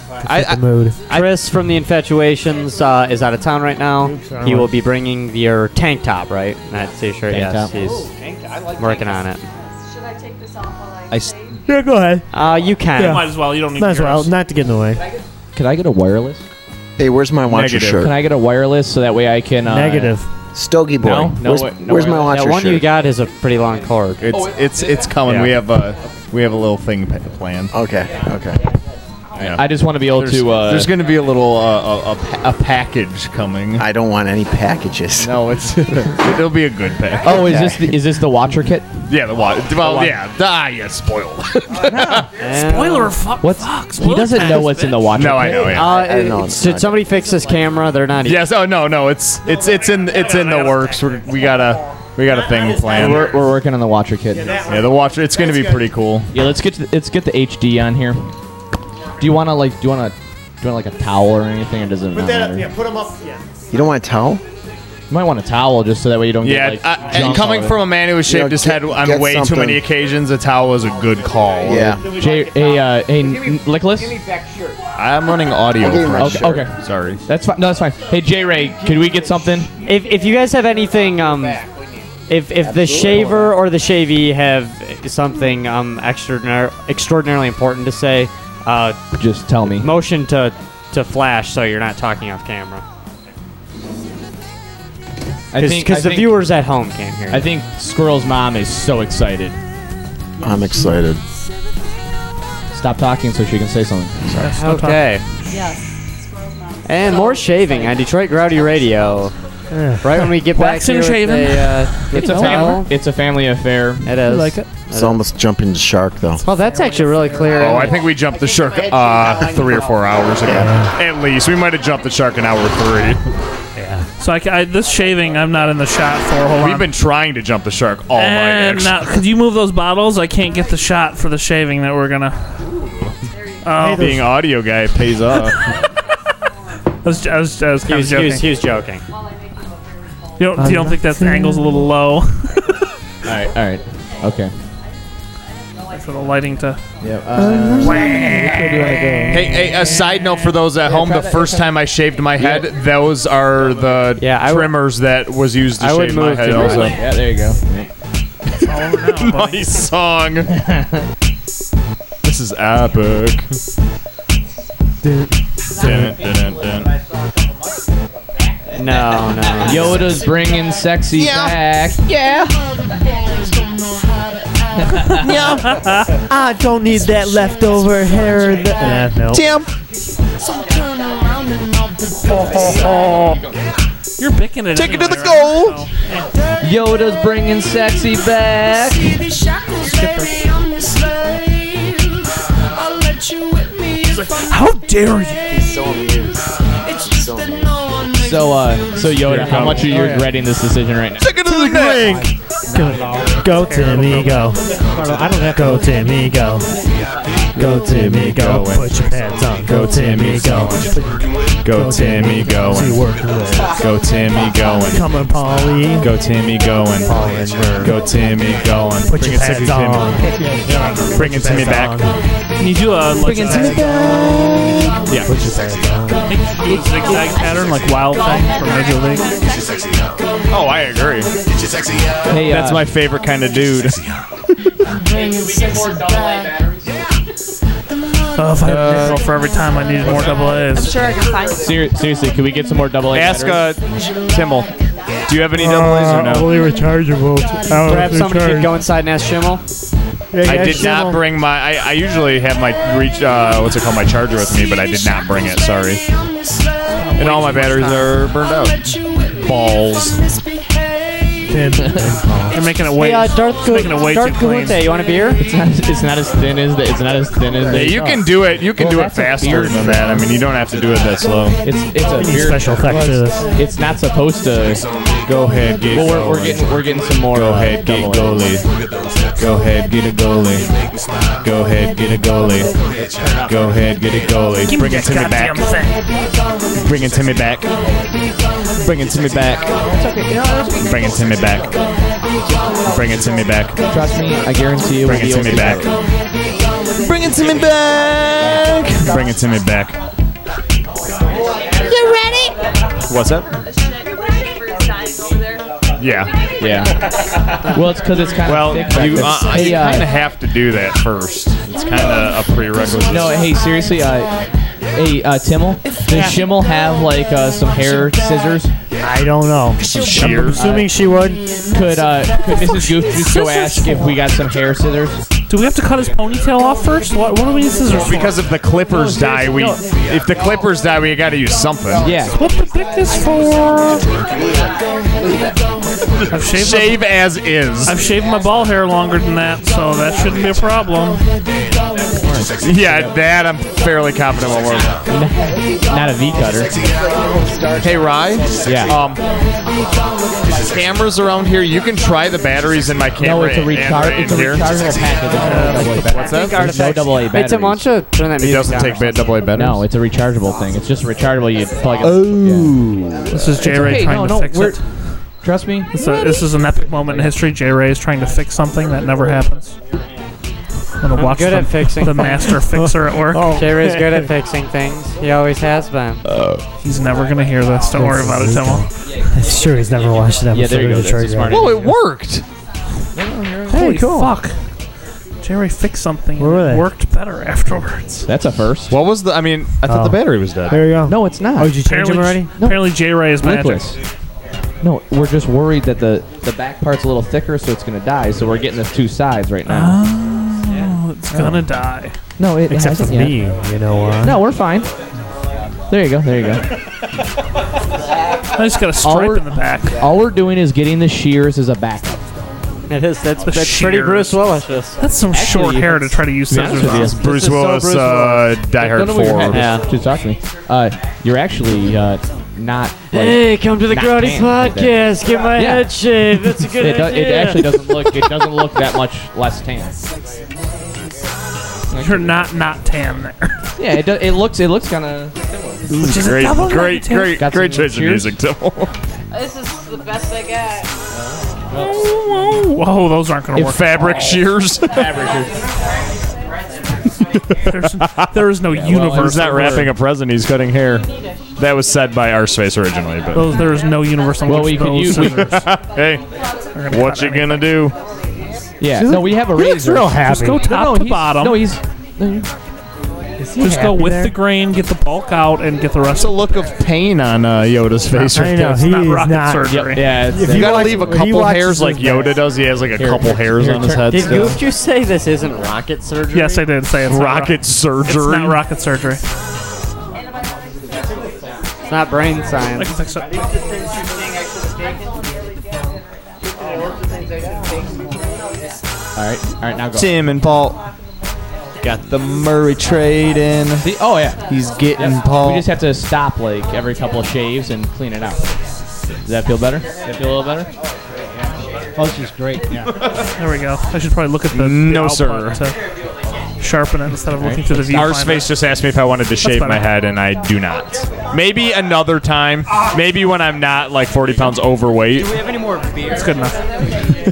S1: To fit the mood.
S5: Chris from the Infatuations uh, is out of town right now. He will be bringing your tank top, right? That t-shirt.
S9: Tank
S5: yes,
S9: top.
S5: he's
S9: Ooh,
S5: working on it.
S12: Should I take this off while I?
S9: I s-
S1: Yeah, go ahead.
S5: Uh, you can.
S1: Yeah.
S3: Might as well. You don't need.
S1: Might as well,
S3: yours.
S1: not to get in the way.
S9: Could I get a wireless?
S7: Hey, where's my watcher
S13: Negative.
S7: shirt?
S9: Can I get a wireless so that way I can? Uh,
S1: Negative.
S7: Stogie boy.
S9: No, no
S7: where's
S9: way- no
S7: where's
S9: way.
S7: my
S9: That
S7: watcher
S5: That one
S7: shirt?
S5: you got is a pretty long cord.
S13: It's it's it's coming.
S5: Yeah.
S13: We have a we have a little thing pa- planned.
S7: okay, okay.
S13: Yeah.
S9: I just want to be able
S13: there's,
S9: to. Uh,
S13: there's going to be a little uh, a, a, pa- a package coming.
S7: I don't want any packages.
S13: No, it's it'll be a good package.
S9: oh, is this the, is this the watcher kit?
S13: Yeah, the watch. Well,
S9: wa-
S13: yeah, ah, yeah, spoiled.
S3: Spoiler. Fuck.
S9: What's
S3: fuck,
S9: he doesn't know what's in the watcher?
S13: No,
S9: kit.
S13: I know. Yeah.
S5: Uh, did somebody fix this camera? They're not.
S13: yes. Oh no, no. It's it's it's in it's in the works. We're, we got a we got a thing planned.
S9: We're, we're working on the watcher kit.
S13: Yeah, the watcher. It's going to be pretty cool.
S9: Yeah, let's get to the, let's get the HD on here. Do you want to like do you want to do you want like a towel or anything? It doesn't
S1: Put that
S9: matter.
S1: up. Yeah, put them up. Yeah.
S7: You don't want a towel?
S9: You might want a towel just so that way you don't
S13: Yeah,
S9: get like.
S13: I- and
S9: junk
S13: coming
S9: all
S13: from a man who has
S7: You know,
S13: shaved his
S7: get-
S13: head on
S7: get
S13: way
S7: something.
S13: too many occasions, a towel was a good call.
S7: Yeah.
S9: over it. Jay, hey, uh, hey, Nicholas.
S13: I'm running audio.
S7: I'll give you my
S13: first.
S7: shirt.
S9: Okay,
S13: Sorry.
S9: that's fine. No, that's fine. Hey, J Ray, could we get something?
S5: If if you guys have anything, um, if if the shaver or the shavee have something um extraordinar- extraordinarily important to say, uh,
S9: Just tell me.
S5: motion to to flash so you're not talking off camera.
S9: I think I
S5: because the
S9: think-
S5: viewers at home can't hear.
S9: I think Squirrel's mom is so excited.
S7: I'm excited.
S9: Stop talking so she can say something. Sorry.
S5: Okay.
S12: Yes.
S5: And more shaving on Detroit Growdy Radio. Right when we get back
S3: Wax and
S5: here with
S3: shaven.
S5: the, uh, the
S9: It's a
S5: towel.
S9: family. It's a family affair.
S5: It is. like it.
S7: It's almost jumping the shark, though.
S5: Oh, that's actually really clear.
S13: Oh, I think we jumped the shark uh, three or four hours ago. At least. We might have jumped the shark an hour three.
S3: So I, ca- I- this shaving, I'm not in the shot for. Hold
S13: We've
S3: on.
S13: been trying to jump the shark all
S9: Eh,
S13: night.
S3: and
S13: actually.
S3: now, could Eh, you move those bottles? I can't get the shot for the shaving that we're gonna. Oh,
S13: Being audio guy pays off.
S3: I was, I was, I was
S5: He
S3: kind
S5: was,
S3: of
S5: he
S3: joking.
S5: was, he was joking.
S3: You don't, you don't think that angle's a little low?
S9: All right. All right. Okay.
S3: for the lighting to.
S9: Yeah.
S13: Hey, hey, a side note for those at home, the first time I shaved my head, those are the trimmers that was used to
S9: I would
S13: shave my
S9: move
S13: head
S9: to
S13: also.
S9: that. Yeah, there you go.
S13: nice song. this is epic. Dun, dun, dun, dun.
S5: No, no.
S9: Yoda's bringing sexy back.
S14: Yeah.
S1: no, I don't need that leftover hair. That, yeah, no.
S14: Tim.
S3: You're picking it.
S14: Take it to the
S9: goal. Yoda's bringing sexy back.
S14: How
S3: dare you?
S14: He's so amused. It's just that no one makes
S9: So, uh, so Yoda, how much are you
S14: Oh, yeah.
S9: regretting this decision right now?
S14: Take it to the
S1: Drink. Go, go Timmy, go. I don't have go Timmy, go. Go Timmy, go. Put your pants on. Go Timmy, go.
S13: Go Timmy
S1: See
S13: going.
S1: work with
S13: Go Timmy going.
S1: Come on, Polly.
S13: Go Timmy going. Go Timmy going.
S1: Put
S13: Bring
S1: your
S13: it sexy
S1: pants on.
S13: Timmy. Bring it Timmy back.
S3: Can you do a like,
S13: Yeah.
S1: Put your pants on.
S3: zigzag pattern like Wild Thing from Major League?
S13: Oh, I agree.
S9: Hey,
S13: That's
S9: uh,
S13: my favorite kind of dude.
S3: Oh, if I had a
S13: Uh,
S3: nickel for every time I needed more double
S15: I'm
S3: A's.
S15: sure I can find it.
S9: ser- seriously, could we get some more double A?
S13: Ask uh, Timmel. Do you have any double A's or
S1: Uh,
S13: no?
S1: only rechargeable.
S5: Perhaps somebody could go inside and ask Schimmel.
S13: I did not bring my. I, I usually have my reach. Uh, what's it called? My charger with me, but I did not bring it. Sorry. And all my batteries are burned out. Balls.
S3: You're making it way.
S5: Hey, uh, Darth,
S3: it's
S5: Gu-
S3: making it way
S5: Darth
S3: too clean.
S5: Gulute, you want a beer?
S9: It's not, it's not as thin as the, It's not as thin as.
S13: Yeah,
S9: the,
S13: you can do it. You can
S9: Well,
S13: do it
S9: that's a
S13: faster
S9: beard.
S13: than that. I mean, you don't have to do it that slow.
S9: It's it's a
S1: Need
S9: beer.
S1: special effects to this.
S9: It's not supposed to.
S13: Go ahead, get
S9: Well, we're, we're
S13: going.
S9: getting we're getting some more.
S13: Go
S9: uh,
S13: ahead, get
S9: double A's.
S13: goalie. Go ahead, get a goalie. Go ahead, get a goalie. Go ahead, get a goalie. Bring it to me back. Bring it to me back. Bring it to me back. Bring it to me back. Bring it to me back.
S9: Trust me, I guarantee you.
S13: Bring it
S9: we'll
S13: to
S9: be
S13: me
S9: able
S13: back.
S14: Bring it to me back.
S13: Bring it to me back.
S14: You ready?
S13: What's up? Yeah.
S9: Yeah. Well, it's because it's kind
S13: Well,
S9: of thick back
S13: you,
S9: there.
S13: uh,
S9: hey,
S13: you
S9: uh,
S13: kind of have to do that first. It's kind of a prerequisite.
S9: No, hey, seriously, uh, hey, uh, Timmel, does Schimmel have like uh, some hair scissors?
S1: I don't know.
S13: Some shears.
S1: Assuming she would.
S9: Could uh, could Mrs. Goof just go ask if we got some hair scissors?
S3: Do we have to cut his ponytail off first? What, what do we need scissors for?
S13: Because if the Clippers die, we
S3: No.
S13: if the Clippers die, we gotta use something.
S9: Yeah.
S3: What the dick is for? I've shaved, my,
S13: Shave as is.
S3: I've shaved my ball hair longer than that, so that shouldn't be a problem.
S13: Yeah, that I'm fairly confident will work.
S9: Not a V cutter.
S13: Hey, Rye.
S9: Yeah.
S13: Um, cameras around here. You can try the batteries in my camera.
S9: No, it's a
S13: and- and
S9: recharge.
S13: in
S9: It's a
S13: here.
S9: rechargeable package.
S13: What's that?
S9: There's no double A
S5: Hey, Tim, why
S9: batteries.
S5: don't you turn that
S13: It
S5: music
S13: doesn't
S5: down?
S13: take ba- double A batteries.
S9: No, it's a rechargeable thing. It's just rechargeable. You plug it.
S1: Oh.
S3: This is J Ray
S9: Okay,
S3: trying
S9: no,
S3: to
S9: no,
S3: fix
S9: we're-
S3: it.
S9: Trust me.
S3: So this is an epic moment in history. J Ray is trying to fix something that never happens. I'm gonna watch
S5: good
S3: the,
S5: at fixing Oh.
S3: the master fixer at work.
S5: Jerry's good at fixing things. He always has been.
S3: He's never gonna hear this. Don't worry about it, Timmel.
S1: Sure, he's never watched that.
S9: Yeah, there you go. That's a smart
S13: Well, it worked.
S3: Holy fuck! J Ray fixed something.
S1: Where were
S3: and it
S1: they?
S3: worked better afterwards.
S9: That's a first.
S13: What was the? I mean, I thought
S1: Oh.
S13: the battery was dead.
S1: There you go.
S9: No, it's not.
S1: Oh, did you change him already?
S3: apparently J Ray is magic.
S9: Nicholas. No, we're just worried that the, the back part's a little thicker, so it's gonna die. So we're getting the two sides right now.
S3: Oh, it's gonna die.
S9: no, it
S1: Uh-huh. Except for
S9: hasn't
S1: me,
S9: yet.
S1: you know. Uh,
S9: No, we're fine. There you go. There you go.
S3: I just got a stripe in the back.
S9: All we're doing is getting the shears as a backup.
S5: It is.
S13: Oh,
S5: That's,
S3: The
S5: that's pretty
S3: shears.
S5: Bruce Willis. That's
S3: some Actually, short hair to try to use scissors on.
S9: This
S3: Bruce
S9: is so
S3: Willis,
S9: Bruce
S3: uh,
S9: Willis.
S3: Die Hard
S9: Don't know where you're
S3: 4.
S9: at.
S3: Yeah.
S9: Just talk to me. Uh, you're actually uh, not. like,
S5: Hey, come to the
S9: not
S5: Karate
S9: tan like that.
S5: Podcast. Get my
S9: Yeah.
S5: head shaved. That's a good
S9: it, do-
S5: idea.
S9: it actually doesn't look. It doesn't look that much less tan.
S3: You're not not tan there.
S9: Yeah, it, do, it looks. It looks kind of.
S3: Which is a
S11: Great,
S3: double
S11: great,
S3: negative.
S11: great,
S3: Got
S11: great
S3: some
S11: choice of
S3: cheers?
S11: music, Tim.
S12: This is the best I got.
S3: Whoa, those aren't going to
S11: If
S3: work.
S11: fabric shears.
S3: There's, there is no universe.
S13: He's not wrapping a present. He's cutting hair. That was said by our space originally, but
S3: Those, there is no universe on
S13: Well,
S3: which
S13: we could
S3: those
S13: use-
S3: scissors
S13: hey,
S3: are gonna
S13: what
S3: cut
S13: you gonna do?
S9: Yeah, no, we have a
S3: He looks
S9: razor.
S3: real happy. Just go top
S9: no, no,
S3: to
S9: he's-
S3: bottom.
S9: No, he's. no, he
S3: Just go
S9: happy
S3: with
S9: there?
S3: the grain, get the bulk out, and get the rest.
S13: The look of pain on uh, Yoda's face.
S3: I
S13: right
S3: know,
S13: there.
S3: he It's not is rocket not- surgery.
S13: Yeah,
S3: If
S13: it's-
S3: he
S13: you
S9: uh,
S13: gotta
S3: watch-
S13: leave a
S3: he
S13: couple
S3: watches
S13: hairs like
S3: his
S13: Yoda does. He has like a
S3: Here,
S13: couple hairs
S3: here,
S13: on his
S3: turn-
S13: head.
S5: Did
S13: still.
S5: Goof just say this isn't rocket surgery?
S3: Yes, I did say it's not
S13: Rocket
S3: rock- It's
S13: surgery?
S3: not rocket surgery.
S5: It's not brain
S3: Like
S5: science.
S3: it's like so-
S9: All right, all right, now go.
S13: Tim and Paul got the Murray trade in.
S9: The, oh yeah,
S13: he's getting
S9: Yes.
S13: Paul.
S9: We just have to stop like every couple of shaves and clean it out. Does that feel better? Does that feel a little better?
S3: Oh, this is great. there we go. I should probably look at the
S13: No,
S3: the
S13: sir.
S3: output to sharpen it instead of looking through the viewfinder.
S13: Our space just asked me if I wanted to shave my
S3: better.
S13: head, and I do not. Maybe another time. Maybe when I'm not like 40 pounds overweight.
S5: have any more beer?
S3: It's good enough.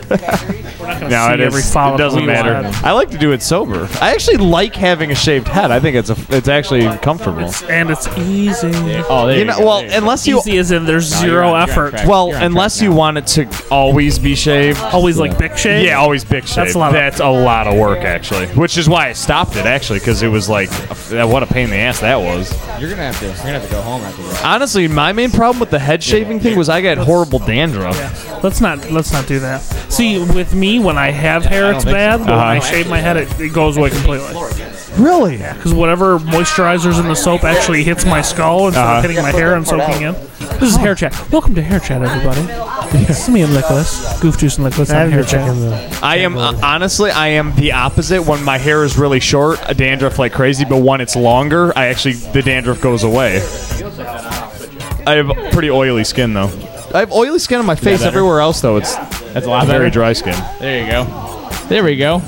S3: gonna
S13: no,
S3: see
S13: it, is,
S3: every
S13: it
S3: follicle
S13: doesn't
S3: we
S13: matter.
S3: want.
S13: I like to do it sober. I actually like having a shaved head. I think it's a, it's actually comfortable.
S3: and it's easy.
S9: Oh, there
S13: You know, well, unless you
S3: easy as in there's zero effort.
S13: Well, unless you want it to always be shaved.
S3: Always, like, big shave?
S13: Yeah, always big shave.
S3: That's a lot of-
S13: That's a lot of work actually, which is why I stopped it actually because it was like, uh, what a pain in the ass that was.
S9: You're gonna have to. You're gonna have to go home after this.
S13: Honestly, my main problem with the head shaving thing was I got horrible dandruff.
S3: let's not let's not do that. See, with me when I have hair,
S13: don't
S3: it's
S13: think so.
S3: bad. But when I
S13: Uh-huh.
S3: shave my head, it, it goes away completely.
S13: Really?
S3: Because whatever moisturizer's in the soap actually hits my skull instead
S13: Uh-huh.
S3: of hitting my hair and soaking in. This is hair chat. Welcome to hair chat, everybody. It's me and Nicholas, Goof Juice and Nicholas.
S13: I
S3: on
S13: haven't
S3: hair
S13: been checking
S3: chat.
S13: I am uh, honestly, I am the opposite. When my hair is really short, a dandruff like crazy. But when it's longer, I actually the dandruff goes away. I have pretty oily skin though. I have oily skin on my face.
S9: better.
S13: Everywhere else though, it's
S9: That's a lot
S13: very
S9: better.
S13: dry skin.
S9: There you go. There we go.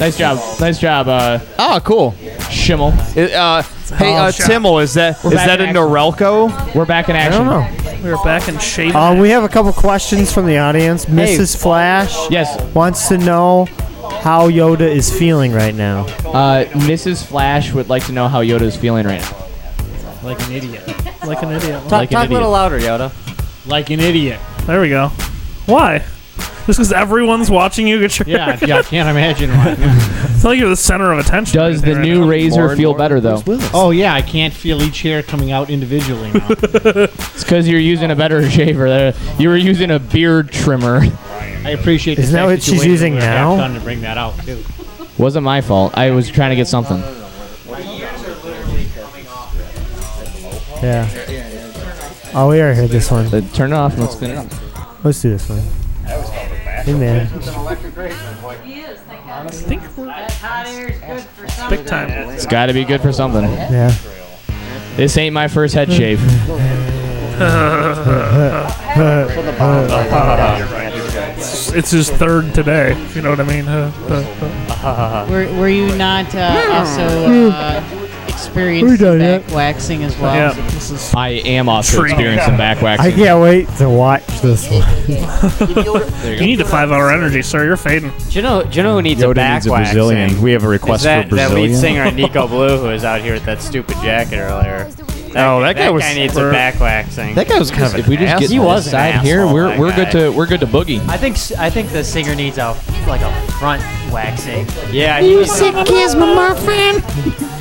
S9: Nice job. Nice job. Uh, oh, cool. Schimmel.
S13: Ah, uh, hey,
S9: Oh,
S13: uh,
S9: shit.
S13: Timmel, is that is
S9: We're back
S13: that a
S9: in action.
S13: Norelco?
S9: We're back in
S1: I
S9: action.
S1: don't know.
S3: We are back in shape.
S1: Um, we have a couple questions from the audience.
S9: Hey.
S1: Mrs. Flash
S9: Yes.
S1: wants to know how Yoda is feeling right now.
S9: Uh, Mrs. Flash would like to know how Yoda is feeling right now.
S4: Like an idiot.
S3: Like an idiot.
S5: Talk,
S9: Like an
S5: talk a little
S9: idiot.
S5: louder, Yoda.
S4: Like an idiot.
S3: There we go. Why? Just because everyone's watching you get your
S4: Yeah, yeah, I can't imagine why.
S3: It's like you're the center of attention.
S9: Does
S3: right
S9: the
S3: there,
S9: new
S3: right
S9: razor feel better though?
S4: Oh yeah, I can't feel each hair coming out individually now.
S9: It's because you're using a better shaver. There, you were using a beard trimmer.
S4: I appreciate.
S9: Isn't
S4: the
S9: that
S4: fact
S9: what
S4: you
S9: she's
S4: waited
S9: using
S4: for half
S9: now?
S4: done to bring that out too.
S9: Wasn't my fault. I was trying to get something.
S1: Yeah. Oh, we already heard this one.
S9: turn it off and let's clean it up.
S1: Let's do this one. Hey, man.
S3: now? Big time.
S9: It's got to be good for something.
S1: Yeah.
S9: This ain't my first head shave.
S3: it's, it's his third today. You know what I mean? Uh, uh, uh.
S16: Were, were you not
S17: Hmm.
S16: uh, also uh,
S8: Hmm.
S16: experienced
S1: done
S16: back waxing as well?
S9: Yeah, I am also
S3: Tree.
S9: experiencing back
S1: I
S9: waxing.
S1: can't wait to watch this one.
S3: you need a five hour energy, sir. You're fading.
S5: Do you know? Do you know who needs a back waxing?
S13: We have a request
S5: Is that,
S13: for
S5: that
S13: Brazilian.
S5: lead singer Nico Blue who was out here with that stupid jacket earlier?
S13: Oh, that guy was-
S5: needs a back waxing.
S13: That guy was kind of
S9: If we just get
S5: he
S9: to
S5: was
S9: this
S5: an
S9: side here,
S5: asshole,
S9: we're,
S5: that
S9: we're good
S5: guy.
S9: to we're good to boogie.
S5: I think s- I think the singer needs a like a front waxing. Yeah,
S16: my friend?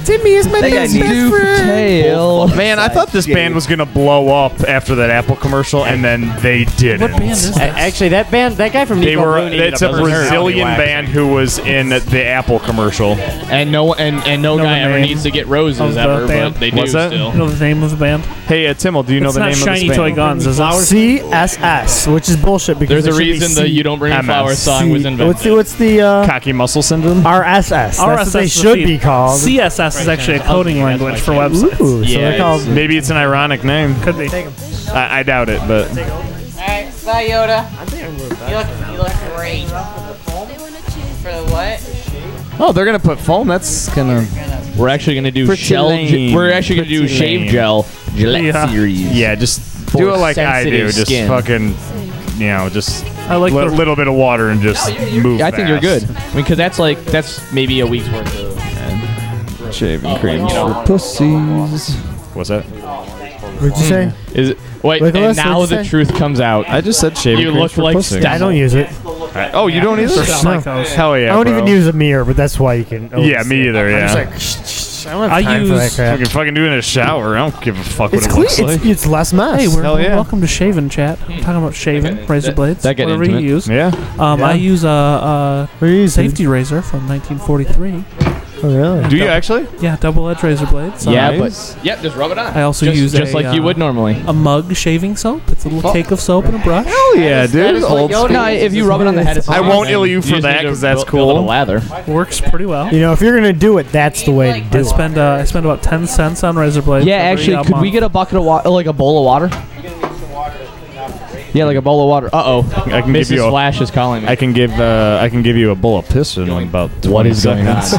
S1: Timmy is my
S11: They got
S1: best, best
S11: new
S1: friend.
S11: tail.
S13: Man, I thought this band was gonna blow up after that Apple commercial, and then they didn't. What band is
S5: A- Actually, that band, that guy from
S13: They
S5: Nico
S13: were.
S5: Blue needed
S13: It's a
S5: buzzard.
S13: Brazilian band who was in the Apple commercial,
S9: and no and and no, guy ever needs to get roses ever, but they do still.
S3: know the name of the band?
S13: Hey, uh, Timmel, do you know
S3: It's
S13: the
S3: not
S13: name of this
S3: Shiny
S13: band?
S3: Toy Guns, is it?
S1: CSS, which is bullshit because
S9: There's a
S1: it should be
S9: reason the
S1: C-
S9: You Don't Bring a Flower song was invented.
S1: What's the what's the uh,
S13: cocky muscle syndrome?
S1: RSS. That's what they
S3: is a
S1: should
S3: feed.
S1: be called.
S3: CSS is actually a coding language for websites.
S1: Ooh, so they're called.
S13: Maybe it's an ironic name.
S3: Could be.
S13: I, I doubt it, but
S16: Alright, bye, Yoda. You look, you look great. For the what?
S13: oh, they're gonna put foam. That's gonna.
S9: We're actually gonna do
S13: Pretty
S9: shell.
S13: lame.
S9: We're actually gonna do
S13: Pretty
S9: shave
S13: lame.
S9: gel Gillette
S13: yeah.
S9: series.
S13: Yeah, just
S9: For
S13: do it like I do.
S9: sensitive
S13: Just
S9: skin.
S13: fucking, you know, just
S3: I like
S13: a
S3: the-
S13: little bit of water and just move.
S9: I think you're good.
S13: fast.
S9: I mean, because that's like that's maybe a week's worth of. Oh,
S11: Shaving creams
S9: you know.
S11: for pussies.
S13: What's that?
S1: What'd
S3: Hmm.
S1: you say?
S9: Is it, wait,
S1: Nicholas,
S9: and now
S1: what'd you
S9: the
S1: say?
S9: truth comes out.
S13: I just said shaving
S9: You
S13: creams
S9: look
S13: for
S9: like
S13: pussies.
S1: I don't use it.
S13: oh, you don't either?
S1: No.
S13: Hell yeah!
S1: I don't
S13: bro.
S1: even use a mirror, but that's why you can. oh,
S13: Yeah,
S1: it's-
S13: me either.
S1: I'm
S13: Yeah.
S1: just like, I don't have time for that crap.
S13: Fucking, fucking do it in a shower. I don't give a fuck
S1: It's
S13: what
S1: clean.
S13: it looks like.
S1: It's, it's less mess.
S3: Hey, we're
S9: Oh,
S13: Hell yeah.
S3: welcome to Shaving Chat. We're talking about shaving, razor
S9: that-
S3: blades,
S9: that get
S3: whatever you
S9: intimate.
S3: use.
S13: Yeah.
S3: Um,
S1: Yeah.
S3: I use a, a safety razor from 1943.
S1: Oh, really?
S13: Do you actually?
S3: Yeah, double-edged razor blades.
S9: Yeah,
S3: Um,
S9: but yeah, just rub it on.
S3: I also
S9: just,
S3: use
S9: just
S3: a,
S9: like you
S3: uh,
S9: would normally.
S3: a mug shaving soap. It's a little
S9: Oh.
S3: cake of soap and a brush.
S13: Hell yeah, dude. Old school.
S9: No, if you rub it on the head, it's
S13: I
S9: fine.
S13: won't ill you
S9: You
S13: for
S9: just
S13: that
S9: need to
S13: because that's
S9: build a little
S13: cool.
S9: lather.
S3: Works pretty well.
S1: You know, if you're gonna do it, that's the way to
S3: I
S1: do it.
S3: spend uh, I spend about ten cents on razor blades.
S9: Yeah,
S3: every,
S9: actually,
S3: uh,
S9: could we
S3: month.
S9: get a bucket of water, like a bowl of water? Yeah, like a bowl of water. Uh oh,
S13: I
S9: Mrs.
S13: can give you a-
S9: Flash is calling me.
S13: I can give uh, I can give you a bowl of piss in about 20
S9: What is going
S13: seconds.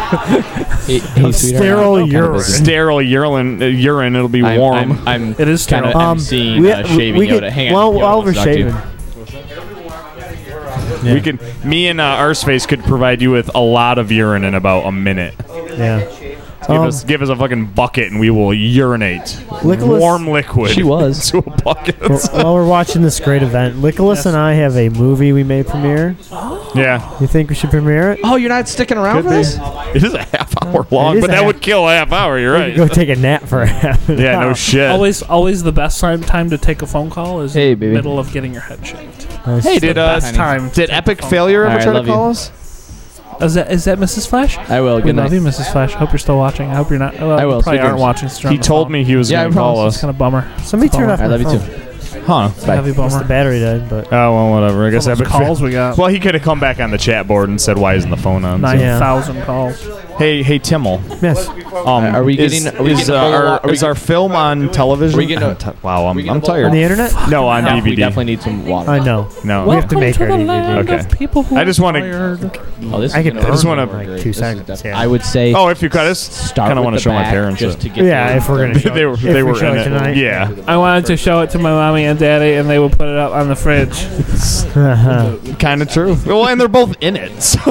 S9: Hey, hey, sweetheart.
S1: Sterile
S9: Kind of
S1: urine.
S9: busy.
S13: Sterile urine, uh, urine. It'll be
S9: I'm-
S13: warm.
S9: I'm, I'm
S3: It is
S9: kind of
S3: sterile.
S1: Um,
S9: emceeing
S1: we-
S9: uh, shaving
S1: we
S9: Yoda.
S1: could-
S9: Hang on.
S1: while-
S9: Yoda
S1: while
S9: wants
S1: we're
S9: to talk to you.
S1: shaving.
S13: We can. Me and uh, Arsface could provide you with a lot of urine in about a minute.
S1: Yeah.
S13: Give
S1: Um,
S13: us give us a fucking bucket and we will urinate
S1: Nicholas-
S13: warm liquid.
S9: She was.
S13: to a bucket.
S1: while we're watching this great event, Nicholas and I have a movie we may premiere.
S13: yeah,
S1: You think we should premiere it?
S9: Oh, you're not sticking around for this?
S13: it is a half hour long,
S1: is
S13: but
S1: a
S13: that
S1: half-
S13: would kill a half hour. You're right.
S1: Go take a nap for a half an
S13: Yeah,
S1: hour.
S13: no shit.
S3: Always, always the best time time to take a phone call is
S9: Hey,
S3: in the
S9: baby.
S3: middle of getting your head shaved.
S1: Nice.
S13: Hey, did uh,
S3: Best time.
S13: did Epic Failure
S9: All
S13: ever
S9: right,
S13: try to
S9: love you.
S13: call us?
S3: Is that is that Mrs. Flash?
S9: I will.
S3: we
S9: Good night.
S3: love you, Mrs. Flash. Hope you're still watching. I hope you're not. Well,
S9: I will.
S3: you Probably
S9: Sweet
S3: aren't
S9: dreams.
S3: watching. since you're on
S13: He
S3: the
S13: told
S3: phone.
S13: me he was
S9: Yeah,
S13: going
S9: I
S13: to call
S9: promise.
S3: It's
S13: us.
S3: kind of bummer.
S1: Somebody turn off.
S9: I
S1: my
S9: love you
S1: phone.
S9: too.
S13: Huh?
S3: It's a heavy
S1: Must- The
S3: bummer.
S1: battery died, but
S13: Oh well, whatever. I guess
S3: How much
S13: Epic
S3: calls
S13: Fail-
S3: we got?
S13: Well, he could have come back on the chat board and said, "Why isn't the phone on?"
S3: Nine
S13: So-
S3: thousand calls.
S13: Hey, hey, Timmel.
S1: yes.
S13: Um,
S9: Are we
S13: is-
S9: getting- are we
S13: is,
S9: getting a
S13: uh,
S9: full
S13: our,
S9: lot- are we
S13: is our film on television?
S9: are we getting a-
S13: I'm t- wow, I'm,
S9: we getting
S13: I'm
S9: a full
S13: tired.
S1: On the internet?
S13: No, on DVD.
S9: We definitely need some water.
S1: I know.
S13: no.
S1: We have to
S3: Welcome
S1: make
S3: to
S1: her
S3: the
S1: a DVD.
S3: land of
S13: Okay.
S3: people who
S13: I just wanna-
S3: want to.
S9: Oh, this
S1: I
S9: is
S1: could
S9: gonna
S1: burn
S9: burn
S13: wanna-
S9: over
S1: like
S9: great.
S1: two
S9: This is
S1: seconds,
S9: def-
S1: yeah.
S9: I would say
S13: Oh, if you cut us,
S9: start
S13: kind of
S9: with
S13: want
S9: the
S13: to show my
S9: back
S13: parents.
S9: just
S13: it.
S9: to get
S1: Yeah,
S9: the-
S1: if we're gonna show
S13: they were
S1: it-
S13: they
S1: if
S13: were
S1: we show
S13: in
S1: it
S13: it.
S1: tonight.
S13: Yeah.
S3: I wanted to show it to my mommy and daddy, and they would put it up on the fridge,
S1: Uh-huh.
S13: Kind of true. Well, and they're both in it, so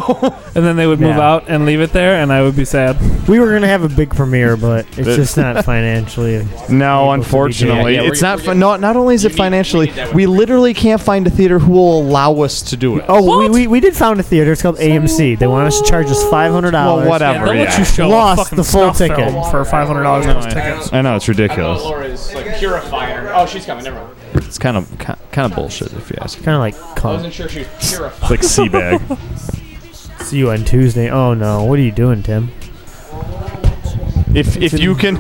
S3: and then they would move
S1: Yeah.
S3: out and leave it there, and I would be sad.
S1: We were gonna have a big premiere, but it's
S13: It-
S1: just not financially.
S13: no, unfortunately,
S9: Yeah, yeah,
S13: it's
S9: we're-
S13: not.
S9: we're
S13: fin- no, not only is it
S9: need- we need
S13: financially,
S9: that one.
S13: we literally can't find a theater who will allow us to do it.
S1: Oh, we, we, we did found a theater. It's called AMC. They want us to charge us five hundred dollars.
S13: Well, whatever.
S3: They'll let
S13: yeah.
S3: you show a
S1: Lost
S3: fucking
S1: the full
S3: snuff
S1: ticket.
S3: film for five hundred dollars
S13: No,
S3: plus tickets.
S13: I, I know it's ridiculous.
S9: Laura's like purifier. Oh, she's coming. Never mind.
S13: It's kind of ki- kind of bullshit if you ask. me.
S1: Kind of like cunt.
S9: sure she was purified.
S13: It's like Seabag.
S1: See you on Tuesday. Oh no, what are you doing, Tim?
S13: If if you can,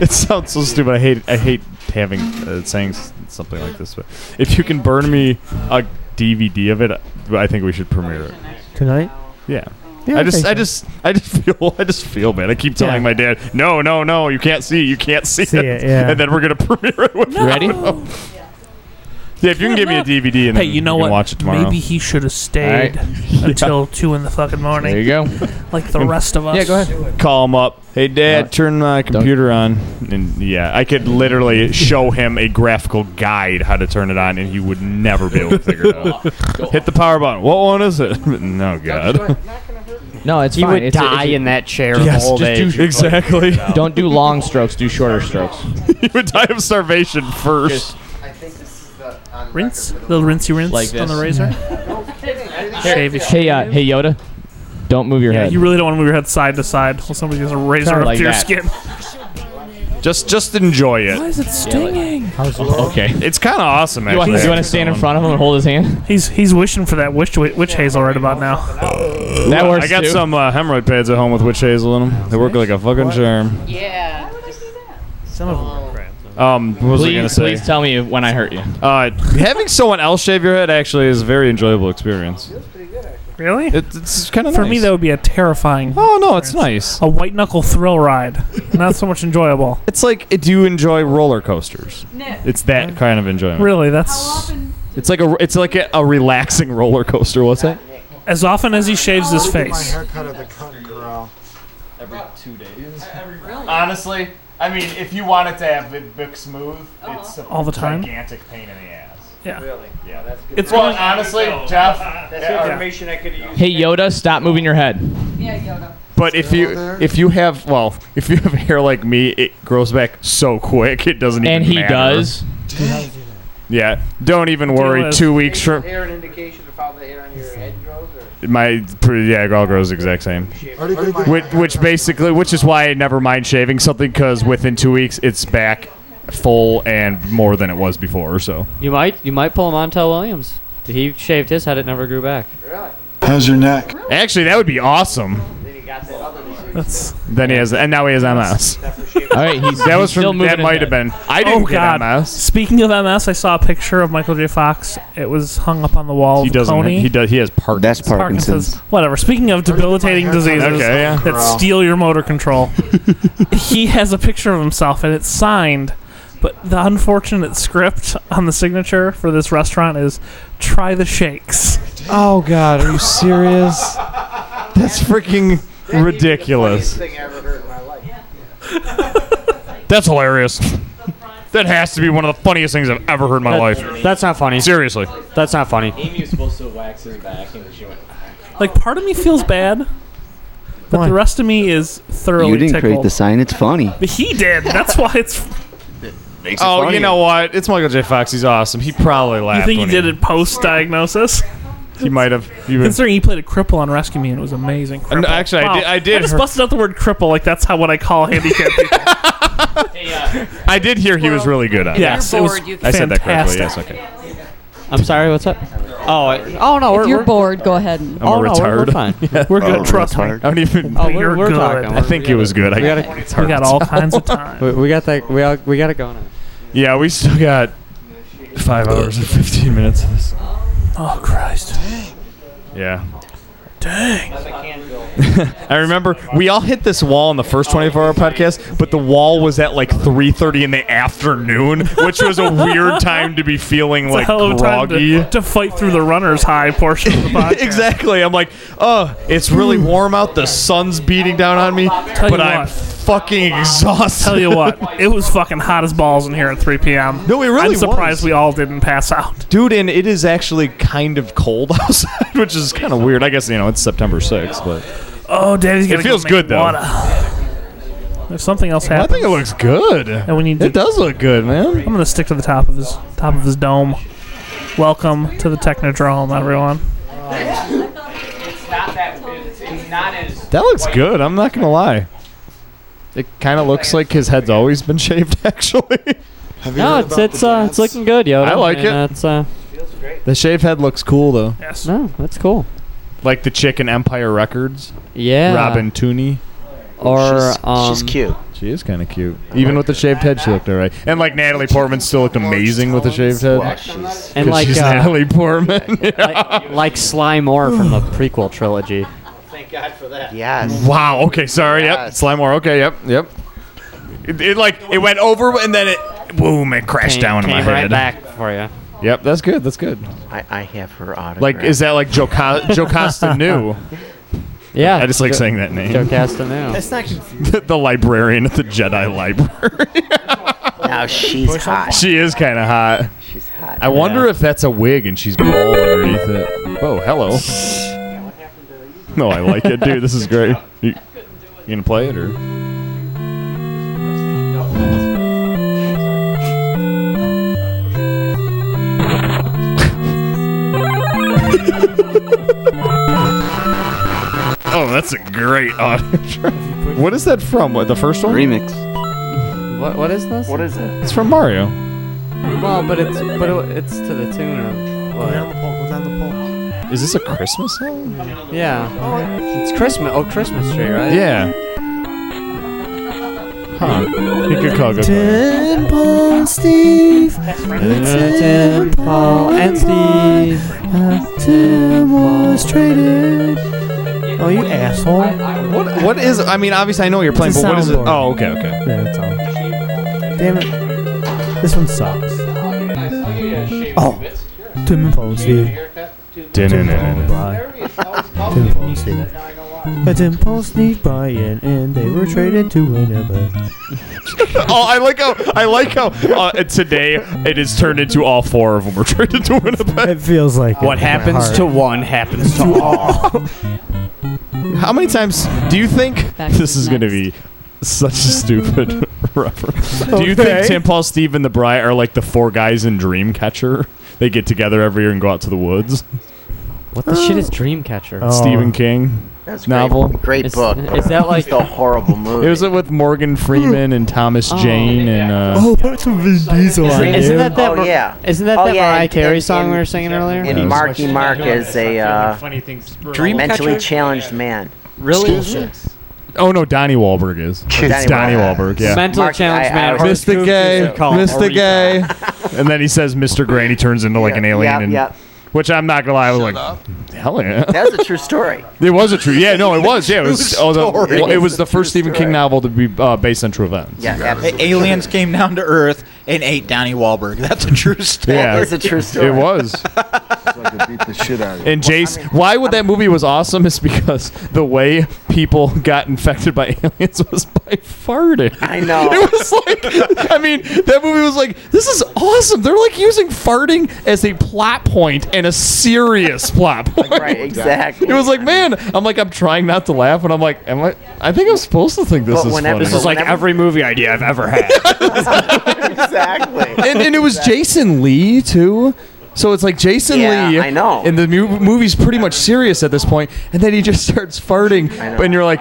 S13: it sounds so stupid. I hate I hate having uh, saying s- something like this. But if you can burn me a DVD of it, I think we should premiere it.
S1: Tonight?
S13: Yeah.
S1: Yeah,
S13: I just,
S1: think
S13: I
S1: so.
S13: just, I just feel, I just feel bad. I keep telling
S1: Yeah.
S13: my dad, no, no, no, you can't see, you can't see,
S1: See it, yeah.
S13: And then we're gonna premiere it. With
S9: You ready?
S13: Yeah, if you can give me a DVD and
S3: Hey,
S13: then
S3: you know
S13: can
S3: what?
S13: watch it tomorrow.
S3: Maybe he should have stayed
S9: All
S3: until two in the fucking
S9: There
S3: morning,
S9: you go.
S3: like the rest of us.
S9: Yeah, go ahead.
S13: call him up. Hey, Dad,
S9: No.
S13: turn my computer on. And yeah, I could literally show him a graphical guide how to turn it on, and he would never be able to figure it out. Hit the power button. What one is it? no, God.
S9: No, it's
S5: He
S9: fine.
S5: would
S9: It's- it's-
S5: die in that chair
S13: Yes,
S5: of old
S13: just do-
S5: age.
S13: exactly.
S9: Don't do long strokes. Do shorter strokes.
S13: he would die of starvation first.
S9: Just
S3: Rinse, little rincey rinse
S9: Like
S3: on the
S9: this.
S3: razor. Shave his
S9: hey, uh, hey Yoda. Don't move your
S3: Yeah,
S9: head.
S3: you really don't want to move your head side to side while somebody has a razor
S9: Kinda
S3: up
S9: like
S3: to your
S9: that.
S3: skin.
S13: Just just enjoy it.
S3: Why is it stinging?
S9: okay.
S13: It's kind of awesome.
S9: You want-
S13: actually.
S9: you want to stand in front of him and hold his hand?
S3: He's he's wishing for that witch witch hazel right about now.
S13: That
S9: works,
S13: I got
S9: too.
S13: some uh, hemorrhoid pads at home with witch hazel in them. They work like a fucking charm.
S16: Yeah.
S1: Some of them are crap.
S13: Um, what was I
S9: Please-
S13: gonna say?
S9: please tell me when I hurt you.
S13: Uh, having someone else shave your head actually is a very enjoyable experience.
S3: Really?
S13: It's, it's kind of
S3: For me,
S13: nice.
S3: that would be a terrifying.
S13: Oh no, it's nice.
S3: A white knuckle thrill ride. Not so much enjoyable.
S13: It's like, do you enjoy roller coasters?
S3: No.
S13: It's that kind of enjoyment.
S3: Really, that's
S13: It's like a it's like a, a relaxing roller coaster. What's that?
S3: as often as he shaves his face.
S18: haircut at the Cotton Corral.
S11: Every two days. Honestly, I mean, if you want it to have it book smooth, it's a
S3: All the time?
S11: gigantic pain in the ass.
S3: Yeah.
S11: Really? Yeah. that's
S18: good.
S11: It's well, honestly, Jeff. uh,
S18: That's
S11: yeah.
S18: information I could have used.
S9: Hey Yoda, stop moving your head.
S13: But if you if you have well if you have hair like me, it grows back so quick it doesn't even.
S9: And he
S13: matter.
S9: does.
S13: Yeah, don't even worry.
S18: Does
S13: Two weeks
S18: hair-
S13: from
S18: Hair an indication of how the hair on your head grows? Or?
S13: my pretty yeah, it all grows the exact same.
S18: Already good to-
S13: Which, which basically, which is why I never mind shaving something because within two weeks it's back full and more than it was before. So
S5: You might you might pull Montel Williams. He shaved his head; it never grew back.
S13: how's your neck? Actually, that would be awesome. Then he has, and now he has MS.
S9: All right, he's,
S13: that
S9: he's
S13: was
S9: still
S13: from
S9: moving
S13: that
S9: his
S13: might have
S9: head.
S13: been. I didn't
S3: oh
S13: get
S3: God!
S13: MS.
S3: Speaking of MS, I saw a picture of Michael J. Fox. It was hung up on the wall.
S13: He
S3: of
S13: doesn't.
S3: Coney.
S13: He does. He has Parkinson's. That's
S3: Parkinson's. Whatever. Speaking of debilitating diseases
S13: Okay, yeah.
S3: that steal your motor control, he has a picture of himself and it's signed. But the unfortunate script on the signature for this restaurant is try the shakes.
S13: Oh God, are you serious? That's freaking ridiculous. That's hilarious. That has to be one of the funniest things I've ever heard in my life.
S5: That's not funny.
S13: Seriously.
S5: That's not funny.
S19: Amy was supposed to wax his back, and she went.
S3: Like, part of me feels bad, but the rest of me is thoroughly
S7: You didn't
S3: tickled.
S7: create the sign. It's funny.
S3: But he did. That's why it's.
S13: oh, you know what? It's Michael J. Fox. He's awesome. He probably
S3: You
S13: laughed.
S3: think he
S13: when
S3: did it post diagnosis?
S13: He might have. Even,
S3: Considering he played a cripple on Rescue Me and it was amazing.
S13: Uh, no,
S3: Cripple.
S13: actually, I
S3: Wow.
S13: did- I did
S3: just
S13: hear-
S3: busted out the word cripple like that's how what I call handicapped people.
S13: I did hear he was really good at. it.
S3: Yes, it was
S13: I said that correctly. Yes.
S3: fantastic.
S13: Okay.
S5: I'm sorry. What's up? Oh, I, oh no.
S17: If
S5: we're,
S17: you're
S5: we're,
S17: bored, go ahead and.
S13: I'm
S5: Oh,
S13: a
S5: no, we're-
S13: retard.
S5: we're fine.
S3: We're good. Trust me.
S13: I don't even.
S5: Oh, we're, we're talking.
S13: I think it was good. I
S5: We got,
S13: it's
S5: a,
S13: hard
S5: we got
S13: to
S5: all
S13: tell.
S5: kinds of time. We, we got that. We all, we got it going. On.
S13: Yeah, we still got five hours and fifteen minutes of this.
S3: Oh Christ!
S13: Yeah.
S3: Dang.
S13: I remember we all hit this wall in the first 24 hour podcast, but the wall was at like 3:30 in the afternoon, which was a weird time to be feeling
S3: It's a
S13: like
S3: hell of a time
S13: groggy.
S3: to, to fight through the runner's high portion of the podcast.
S13: exactly. I'm like, oh, it's really warm out. The sun's beating down on me,
S3: you
S13: but I'm
S3: what.
S13: fucking exhausted.
S3: Tell you what, it was fucking hot as balls in here at 3 p.m.
S13: No, it really
S3: I'm surprised
S13: was.
S3: we all didn't pass out.
S13: dude, and it is actually kind of cold outside, which is kind of weird. I guess you know it's September 6th, but
S3: Oh, Daddy's gonna
S13: it feels
S3: go make
S13: good though.
S3: Water. If something else
S13: I
S3: happens,
S13: think it looks good.
S3: and we need to,
S13: It does look good, man.
S3: I'm gonna stick to the top of his top of his dome. Welcome to the Technodrome, everyone.
S6: It's not that. It's, it's not as.
S13: That looks good. I'm not gonna lie. It kind of looks like his head's always been shaved. Actually,
S5: Have you No, heard it's- about it's, the uh, dance? it's looking good, Yoda.
S13: I like
S5: And,
S13: it.
S5: uh, it's, uh,
S13: the shaved head looks cool though.
S3: Yes.
S5: No, that's cool.
S13: Like the chick in Empire Records.
S5: Yeah.
S13: Robin Tooney.
S5: Or, She's- she's um,
S13: cute. She is kind of cute. Even with the shaved head, she looked alright. And like Natalie Portman still looked amazing with the shaved head.
S5: And
S13: 'Cause
S5: like
S13: she's
S5: uh,
S13: Natalie Portman.
S5: like, like Sly Moore from the prequel trilogy.
S18: Thank God for that.
S7: Yes.
S13: Wow. Okay. Sorry. Yep. Slimore. Okay. Yep. Yep. It, it like it went over and then it boom it crashed
S5: Came-
S13: down in my
S5: came right
S13: head.
S5: back for you.
S13: Yep. That's good. That's good.
S7: I, I have her autograph.
S13: Like is that like Joca- Jocasta New?
S5: Yeah.
S13: I just like
S5: Jo-
S13: saying that name.
S5: Jocasta New.
S18: That's not
S13: the, the librarian at the Jedi Library.
S7: now she's hot.
S13: She is kind of hot. She's
S7: hot.
S13: I wonder if that's a wig and she's bald underneath it. Oh, hello. No, I like it, dude. This is great. You, you gonna play it or? Oh, That's a great audio track. What is that from? What, the first one?
S7: Remix.
S5: What what is this? What is it?
S13: It's from Mario.
S5: Well, but it's but it, it's to the tune of what?
S13: Is this a Christmas song?
S5: Yeah. It's Christmas. Oh, Christmas tree, right?
S13: Yeah. Huh. Good call, good call.
S10: Temple and Steve.
S5: Temple and
S10: Steve. Tim was traded.
S1: Oh, you asshole.
S13: What, what is? I mean, obviously I know what you're playing,
S1: It's a
S13: but what is it?
S1: soundboard.
S13: Oh, okay, okay.
S1: Yeah, that's all. Damn it. This one sucks. Oh. Tim and Paul and Steve. Tim and Paul and Brian. Tim and Paul and Steve. Uh, Tim, Paul, Steve, Brian, and they were traded to whenever.
S13: oh, I like how I like how uh, today it is turned into all four of them were traded to Winnipeg.
S1: It feels like
S13: What happens to
S5: one happens to
S13: all. How many times do you think this is going to be such a stupid reference? Do you think
S11: Okay.
S13: Tim, Paul, Steve, and the Bri are like the four guys in Dreamcatcher? They get together every year and go out to the woods.
S5: What the shit is Dreamcatcher?
S1: Oh,
S13: Stephen King
S7: That's great.
S13: novel.
S7: Great
S5: Is-
S7: book.
S5: is that like-
S7: It's a horrible movie?
S13: It was with Morgan Freeman and Thomas
S5: Oh.
S13: Jane and uh,
S1: Oh, put some Vin Diesel on
S5: Isn't, isn't
S1: dude.
S5: that that?
S7: Oh,
S5: Mar-
S7: yeah.
S5: Isn't that
S7: Oh,
S5: that
S7: yeah,
S5: Mariah
S7: and-
S5: Carey
S7: and-
S5: song we were
S7: and-
S5: singing earlier?
S7: And Marky Mark is a uh, mentally challenged man.
S5: Really?
S13: oh no, Donnie Wahlberg is.
S7: Donnie
S13: it's Donnie
S7: Wahlberg.
S13: Wahlberg. Yeah.
S5: Mental
S7: Mark-
S5: challenge
S7: I-
S5: man.
S7: I was-
S13: Mr. Gay, Mr. Gay. and then he says Mr. Gray and he turns into like an alien.
S7: yeah,
S13: and,
S7: yeah.
S13: Which I'm not gonna lie, I was like, hell yeah.
S7: That was a true story.
S13: It was a true, yeah, no, it was, yeah, it was.
S7: True
S13: Oh, the,
S7: story.
S13: well, it was the
S7: True
S13: first Stephen
S7: story.
S13: King novel to be uh, based on true events.
S7: Yeah, absolutely.
S17: aliens came down to Earth and ate Donnie Wahlberg. That's a true story.
S13: Yeah, It was.
S20: beat the shit out of you.
S13: And Jace, why would that movie was awesome is because the way people got infected by aliens was by farting.
S7: I know.
S13: It was like, I mean, that movie was like, this is awesome. They're like using farting as a plot point and a serious plot point.
S7: right, exactly.
S13: It was like, man, I'm like, I'm trying not to laugh, and I'm like, am I? I think I'm supposed to think this
S7: But
S13: is
S7: whenever-
S13: funny.
S7: This is like whenever-
S13: every movie idea I've ever had.
S7: exactly.
S13: and, and it was Jason Lee too. So it's like Jason
S7: Yeah,
S13: Lee.
S7: I know.
S13: And the mu- movie's pretty much serious at this point, and then he just starts farting,
S7: know.
S13: and you're like.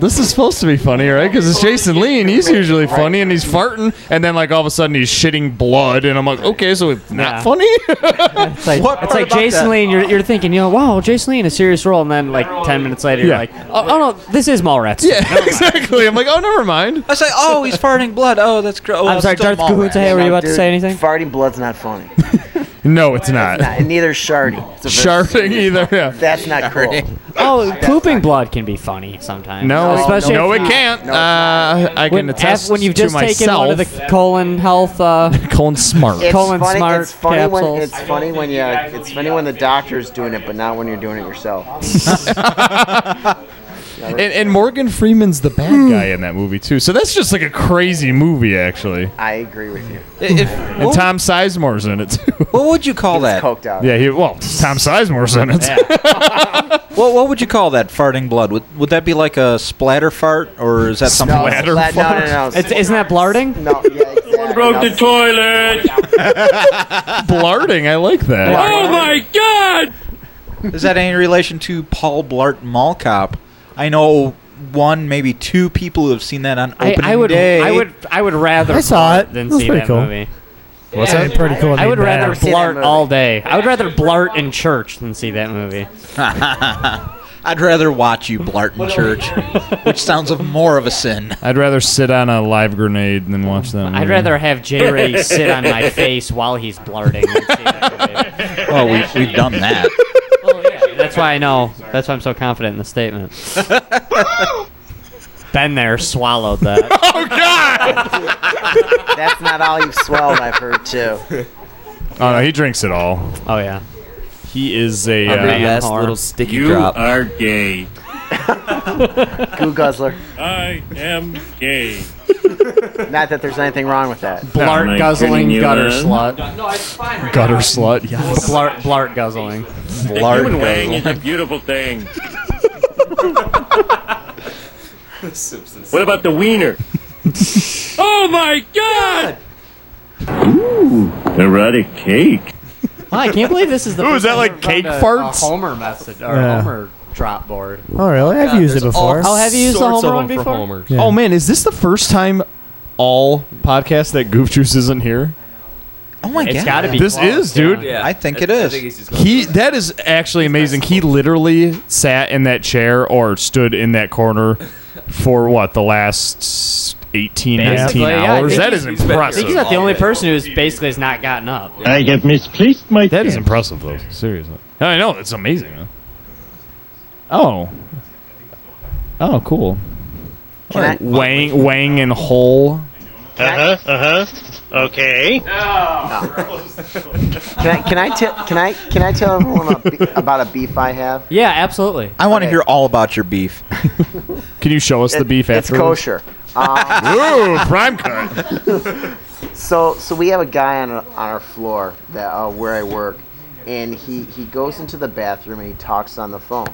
S13: This is supposed to be funny, right? Because it's Jason Lee, and he's usually funny, and he's farting, and then like all of a sudden he's shitting blood, and I'm like, okay, so it's not
S5: Yeah.
S13: funny.
S5: It's like, it's like Jason Lee, and you're, you're thinking, you know, wow, Jason Lee in a serious role, and then like ten minutes later, you're
S13: Yeah.
S5: like, oh, oh no, this is Mallrats.
S13: Yeah, exactly. I'm like, oh, never mind.
S17: I say, oh, he's farting blood. Oh, that's gross.
S5: I'm sorry, Darth Kahunta, were you about to say anything?
S7: Farting blood's not funny.
S13: No, it's not.
S7: Nah, and neither is sharding. It's a very
S13: Sharping either. Yeah.
S7: That's not cool.
S5: Oh, pooping blood can be funny sometimes.
S13: No,
S5: especially
S13: no,
S5: if
S13: it
S5: you-
S13: can't. uh, I
S5: When,
S13: can attest
S5: af- when you've
S13: to
S5: just taken
S13: myself.
S5: one of the colon health, uh,
S13: colon smart.
S7: It's
S5: colon
S7: funny,
S5: smart
S7: it's funny when
S5: capsules.
S7: it's funny when you it's funny when the doctor's doing it, but not when you're doing it yourself.
S13: and, and Morgan Freeman's the bad guy in that movie too. So that's just like a crazy movie, actually.
S7: I agree with you.
S13: And Tom Sizemore's in it too.
S17: What would you call that?
S7: Coked out.
S13: Yeah, he well, Tom Sizemore's in it.
S17: What what would you call that? Farting blood? Would would that be like a splatter fart, or is that something?
S7: No, Splatter splat- no, fart? no, no.
S5: It's, isn't that blarding?
S7: No, yeah, exactly.
S5: broke the
S7: toilet.
S13: Blarting, I like that.
S17: Oh my god! Is that any relation to Paul Blart Mall Cop? I know one, maybe two people who have seen that on
S5: I,
S17: opening
S5: I would,
S17: day.
S5: I would, I would rather.
S1: I saw
S5: blart
S1: it.
S5: Than
S1: It was
S5: see
S1: pretty
S5: that
S1: cool.
S5: movie.
S1: What's that? Pretty cool.
S5: I would
S1: mean,
S5: rather
S1: bad.
S5: blart all day. I would rather blart in church than see that movie.
S17: I'd rather watch you blart in church, which sounds of more of a sin.
S13: I'd rather sit on a live grenade than watch that.
S5: I'd
S13: movie.
S5: rather have J Ray sit on my face while he's blarting. than see that movie.
S17: Oh, we, we've done that.
S5: That's why I know. That's why I'm so confident in the statement. Been there, swallowed that.
S13: Oh god!
S7: That's not all you've swelled. I've heard too.
S13: Oh no, he drinks it all.
S5: Oh yeah.
S13: He is a.
S5: Under
S13: Uh,
S5: that-
S21: Last
S5: Harm.
S21: little sticky
S13: You
S21: drop.
S13: are
S21: gay.
S7: Goo guzzler.
S22: I am gay.
S7: Not that there's anything wrong with that.
S5: Blart
S13: Am I
S5: guzzling
S13: kidding you,
S5: gutter
S13: man?
S5: slut.
S22: No, it's fine. Right
S13: gutter slut. Yeah.
S5: Blart, blart guzzling.
S22: now. The human wing is a beautiful thing. what about the wiener? oh my god! Ooh, erotic cake.
S5: Wow, I can't believe this is the.
S13: Ooh,
S5: first
S13: is that
S5: time
S13: like
S5: I've ever
S13: cake
S5: found a,
S13: farts?
S5: A Homer message or
S13: Yeah.
S5: Homer drop board.
S1: Oh, really? I've used it before.
S5: Oh, have you used the Homer one before?
S1: Yeah.
S13: Oh man, is this the first time all podcasts that Goof Juice isn't here?
S17: Oh my
S5: It's
S17: god,
S5: gotta be
S13: This
S5: close,
S13: is, dude.
S17: yeah. I think it is.
S13: He that is actually amazing. He literally sat in that chair or stood in that corner for what the last 18, 19
S5: Basically, yeah, I
S13: hours.
S5: think
S13: that
S5: he's-
S13: is
S5: I think he's
S13: impressive.
S5: not the only person who's basically has not gotten up.
S13: I have misplaced my. That is impressive, though. Seriously, I know it's amazing. man. Oh, oh, cool.
S7: Can I-
S13: Wang, Wang, and Hole.
S7: Uh huh. Uh huh. Okay. can I can I tell can I can I tell everyone a be- about a beef I have?
S5: Yeah, absolutely.
S17: I want to
S7: Okay.
S17: hear all about your beef.
S13: Can you show us
S7: It- It's kosher. Um,
S13: Ooh, prime cut.
S7: so so we have a guy on on our floor that uh, where I work, and he he goes into the bathroom and he talks on the phone.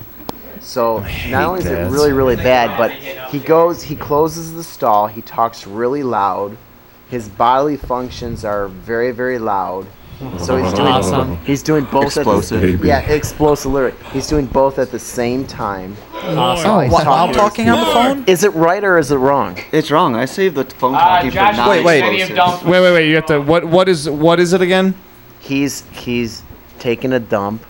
S7: So not only is
S13: that.
S7: it really really bad, but he goes he closes the stall. He talks really loud. His bodily functions are very very loud. So he's doing
S5: Awesome.
S7: he's doing both
S5: Explosive.
S7: at the,
S5: Baby.
S7: yeah explosive lyric. He's doing both at the same time.
S5: Awesome.
S7: So he's
S5: While- while talking on the
S17: phone?
S7: Is it right or is it wrong? It's wrong. I saved the phone
S18: talking for Josh, nine wait, wait. explosives.
S13: Wait, wait, wait. You have to. What? What is? What is it again?
S7: He's he's taking a dump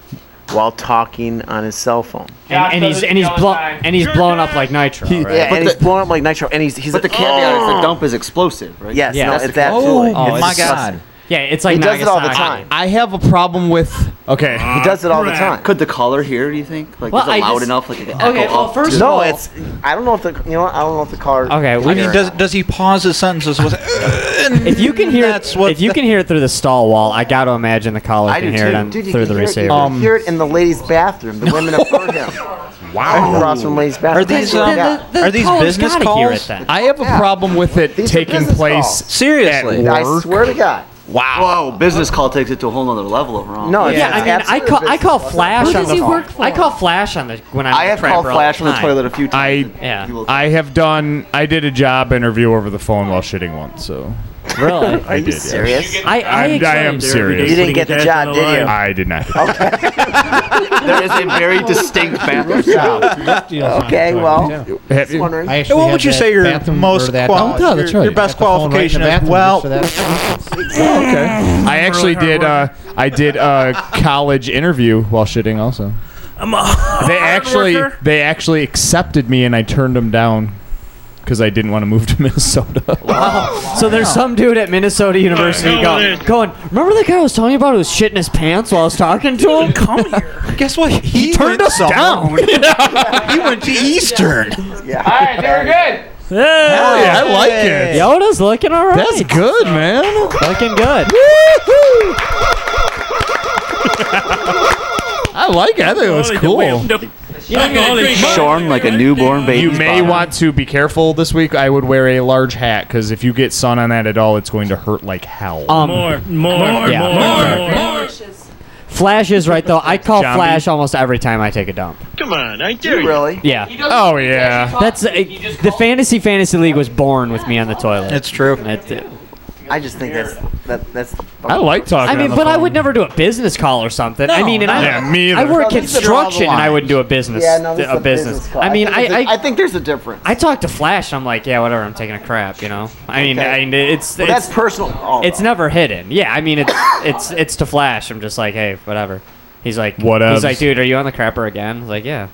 S7: while talking on his cell phone.
S5: And, and he's and he's blown and he's blown up like nitro.
S7: He-
S5: right?
S7: Yeah, and he's blowing up like nitro, and he's he's.
S5: But the caveat is the dump
S7: is explosive, right? Yes,
S5: Yeah.
S7: no,
S5: That's
S7: it's
S5: the-
S7: absolutely.
S5: Oh,
S7: it's
S5: my
S7: disgusting.
S5: God. Yeah, it's like
S7: he does it all the
S5: Nagasaki.
S7: time.
S9: I have a problem with.
S13: Okay.
S7: He does it all the time.
S9: Could the caller hear? Do you think? Like,
S7: Well, is it I loud just-
S9: enough? Like, it
S7: Okay, well, first no, it's. I don't know if the you know what, I don't know if the car.
S5: Okay, we-
S17: I mean, does does he pause his sentences with?
S5: If you can hear if you can hear it through the stall wall, I got to imagine the caller
S7: I do
S5: can hear it
S7: too. Um,
S5: on,
S7: Dude, you
S5: through
S7: can
S5: the
S7: hear it, you
S5: receiver.
S7: can hear it in the ladies' bathroom. The women have heard him. Wow. Across from ladies' bathroom.
S17: Are these, um,
S7: Yeah.
S17: are these business calls?
S13: I have a problem with it taking
S7: business
S13: place.
S7: calls.
S9: Seriously.
S7: I swear to God.
S9: Wow. Whoa, business call takes it to a whole nother level of wrong.
S7: No, it's-
S5: yeah, I mean, I
S7: absolute
S5: call I call
S7: business.
S5: Flash
S7: Who
S5: on
S7: does
S5: the
S7: he
S5: phone.
S7: work for?
S5: I call Flash on the when I'm
S7: I have called Flash on the toilet
S9: a few
S13: I
S5: Yeah.
S13: I have done. I did a job interview over the phone while shitting once. So.
S5: Really?
S13: I did, yeah.
S5: I, I,
S13: I'm- I am
S5: explained-
S13: serious.
S7: You didn't get the job, did you?
S13: I did not.
S9: there is a very distinct bathroom sound.
S7: Okay, well,
S13: Have
S7: just wondering.
S4: I
S17: And
S4: actually
S17: what
S4: had
S17: would you
S4: that
S17: say your
S4: bathroom
S17: most
S4: or that
S17: qual-
S4: Oh, yeah,
S17: your,
S4: that's right.
S17: your best
S4: At the phone right in
S17: qualification
S4: the
S17: is?
S4: bathroom
S17: Well,
S4: just for that.
S13: I actually did. Uh, I did a college interview while shitting. Also,
S3: I'm a
S13: they
S3: hard
S13: actually
S3: worker.
S13: they actually accepted me, and I turned them down because I didn't want to move to Minnesota.
S5: So there's some dude at Minnesota University going, going, remember that guy I was telling you about who was shitting his pants while I was talking to him?
S3: Come here.
S17: Guess what? He,
S5: turned
S17: went
S5: us
S17: somewhere.
S3: Oh,
S5: down.
S17: he went to Eastern.
S7: Yeah.
S18: All right, they were good.
S5: Hey,
S13: yeah, I like it.
S5: Yoda's looking all right.
S13: That's good, man.
S5: looking good.
S13: I like it. I think it was cool.
S9: Storm like a newborn baby.
S13: You may want to be careful this week. I would wear a large hat because if you get sun on that at all, it's going to hurt like hell.
S5: Um,
S3: more,
S5: yeah.
S3: more, more.
S5: Flash is right though. I call
S13: Zombie.
S5: Flash almost every time I take a dump.
S22: Come on, I dare you.
S7: Really?
S5: Yeah.
S13: Oh yeah.
S5: That's uh, the fantasy fantasy league was born with me on the toilet.
S17: It's true.
S5: That's it.
S7: I just think that's that, that's.
S13: I like
S5: I
S13: talking.
S5: mean,
S13: on the
S5: but I
S13: phone.
S5: would never do a business call or something. I
S13: No,
S5: mean, and
S13: no.
S5: I,
S13: Yeah, me
S5: I
S13: either.
S5: work
S7: No, these are all the
S5: construction and I wouldn't do a business.
S7: Yeah, no, this is
S5: a business.
S7: call.
S5: I mean, I,
S7: think
S5: I,
S7: there's- I think there's a difference.
S5: I talked to Flash. I'm like, yeah, whatever. I'm taking a crap, you know. I mean,
S7: Okay.
S5: I mean, it's
S7: Well,
S5: it's,
S7: that's personal. Oh,
S5: it's never hidden. Yeah, I mean, it's it's it's to Flash. I'm just like, hey, whatever. He's like,
S13: Whatevs.
S5: He's like, dude, are you on the crapper again? I was like, yeah.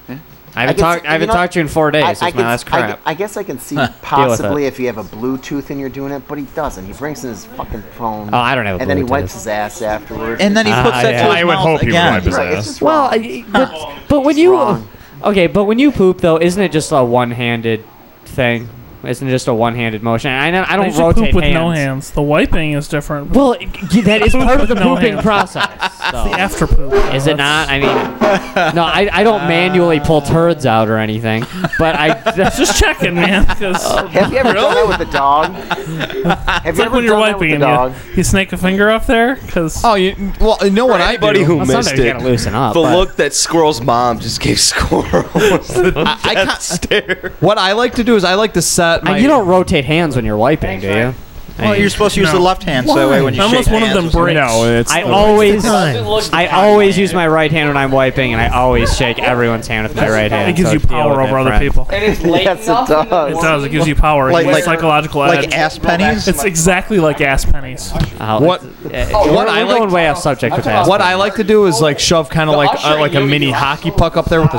S5: I haven't
S7: guess-
S5: talked. I
S7: you
S5: haven't
S7: know,
S5: talked to you in four days. it's
S7: I, I
S5: my
S7: can-
S5: last
S7: I can-
S5: crap.
S7: I, guess I can see
S5: Deal with it.
S7: possibly if you have a Bluetooth and you're doing it, but he doesn't. He brings in his fucking phone.
S5: Oh, I don't have a
S7: And then he
S5: Bluetooth.
S7: wipes his ass afterwards.
S17: And then he
S1: Uh,
S5: Ah,
S17: puts that
S5: yeah.
S17: to his
S13: I would
S17: mouth
S13: hope he would
S17: again.
S13: wipe his
S7: Right, it's
S13: ass.
S7: just
S5: Well,
S7: wrong.
S5: I, but, but when you
S7: wrong.
S5: okay, but when you poop though, isn't it just a one-handed thing? Isn't it just a one-handed motion? I know- I
S3: I
S5: don't
S3: usually
S5: rotate
S3: poop with
S5: hands.
S3: no hands. The wiping is different.
S5: Well, it- y- that is
S3: Poop
S5: part of the
S3: with no
S5: pooping
S3: hands.
S5: process. though.
S3: the after poop.
S5: Is it not? I mean, no, I, I
S3: Uh,
S5: don't manually pull turds out or anything, but I
S3: Just checking, man. 'cause
S7: Have you ever done that with a dog? Have
S3: it's
S7: you
S3: like
S7: ever
S3: when
S7: done
S3: you're
S7: that with
S3: wiping
S7: a
S3: and you,
S7: dog?
S3: you snake a finger up there because
S13: Oh, you, well, you know what I
S11: Anybody
S13: do?
S11: who
S5: Well,
S11: missed
S5: sometimes you
S11: it,
S5: gotta loosen up.
S11: the
S5: but-
S11: look that Squirrel's mom just gave Squirrel was the
S13: I- I
S11: death
S13: can't-
S11: stare.
S13: What I like to do is I like to set
S5: I-
S13: my.
S5: you don't rotate hands when you're wiping, do you?
S23: Well, you're supposed to use
S5: No.
S23: the left hand, so that way when you shake hands with somebody-
S5: I always, I always use my right hand when I'm wiping, and I always shake everyone's hand with my right hand.
S3: It gives
S5: so
S3: you
S5: it's deal
S3: power
S5: with it,
S3: over other
S5: friend.
S3: people.
S5: It
S3: is late
S7: yes, it does.
S3: It does. It gives you power.
S5: Like-
S3: Like,
S5: like-
S3: psychological
S5: like
S3: edge.
S5: ass pennies?
S3: It's exactly like ass pennies.
S5: I'll-
S13: What-
S5: it's- uh,
S13: Oh,
S5: we're,
S13: what I
S5: we're
S13: like-
S5: going way off subject with that.
S13: What I like to do is like shove kind of like uh, like a mini hockey puck up there with a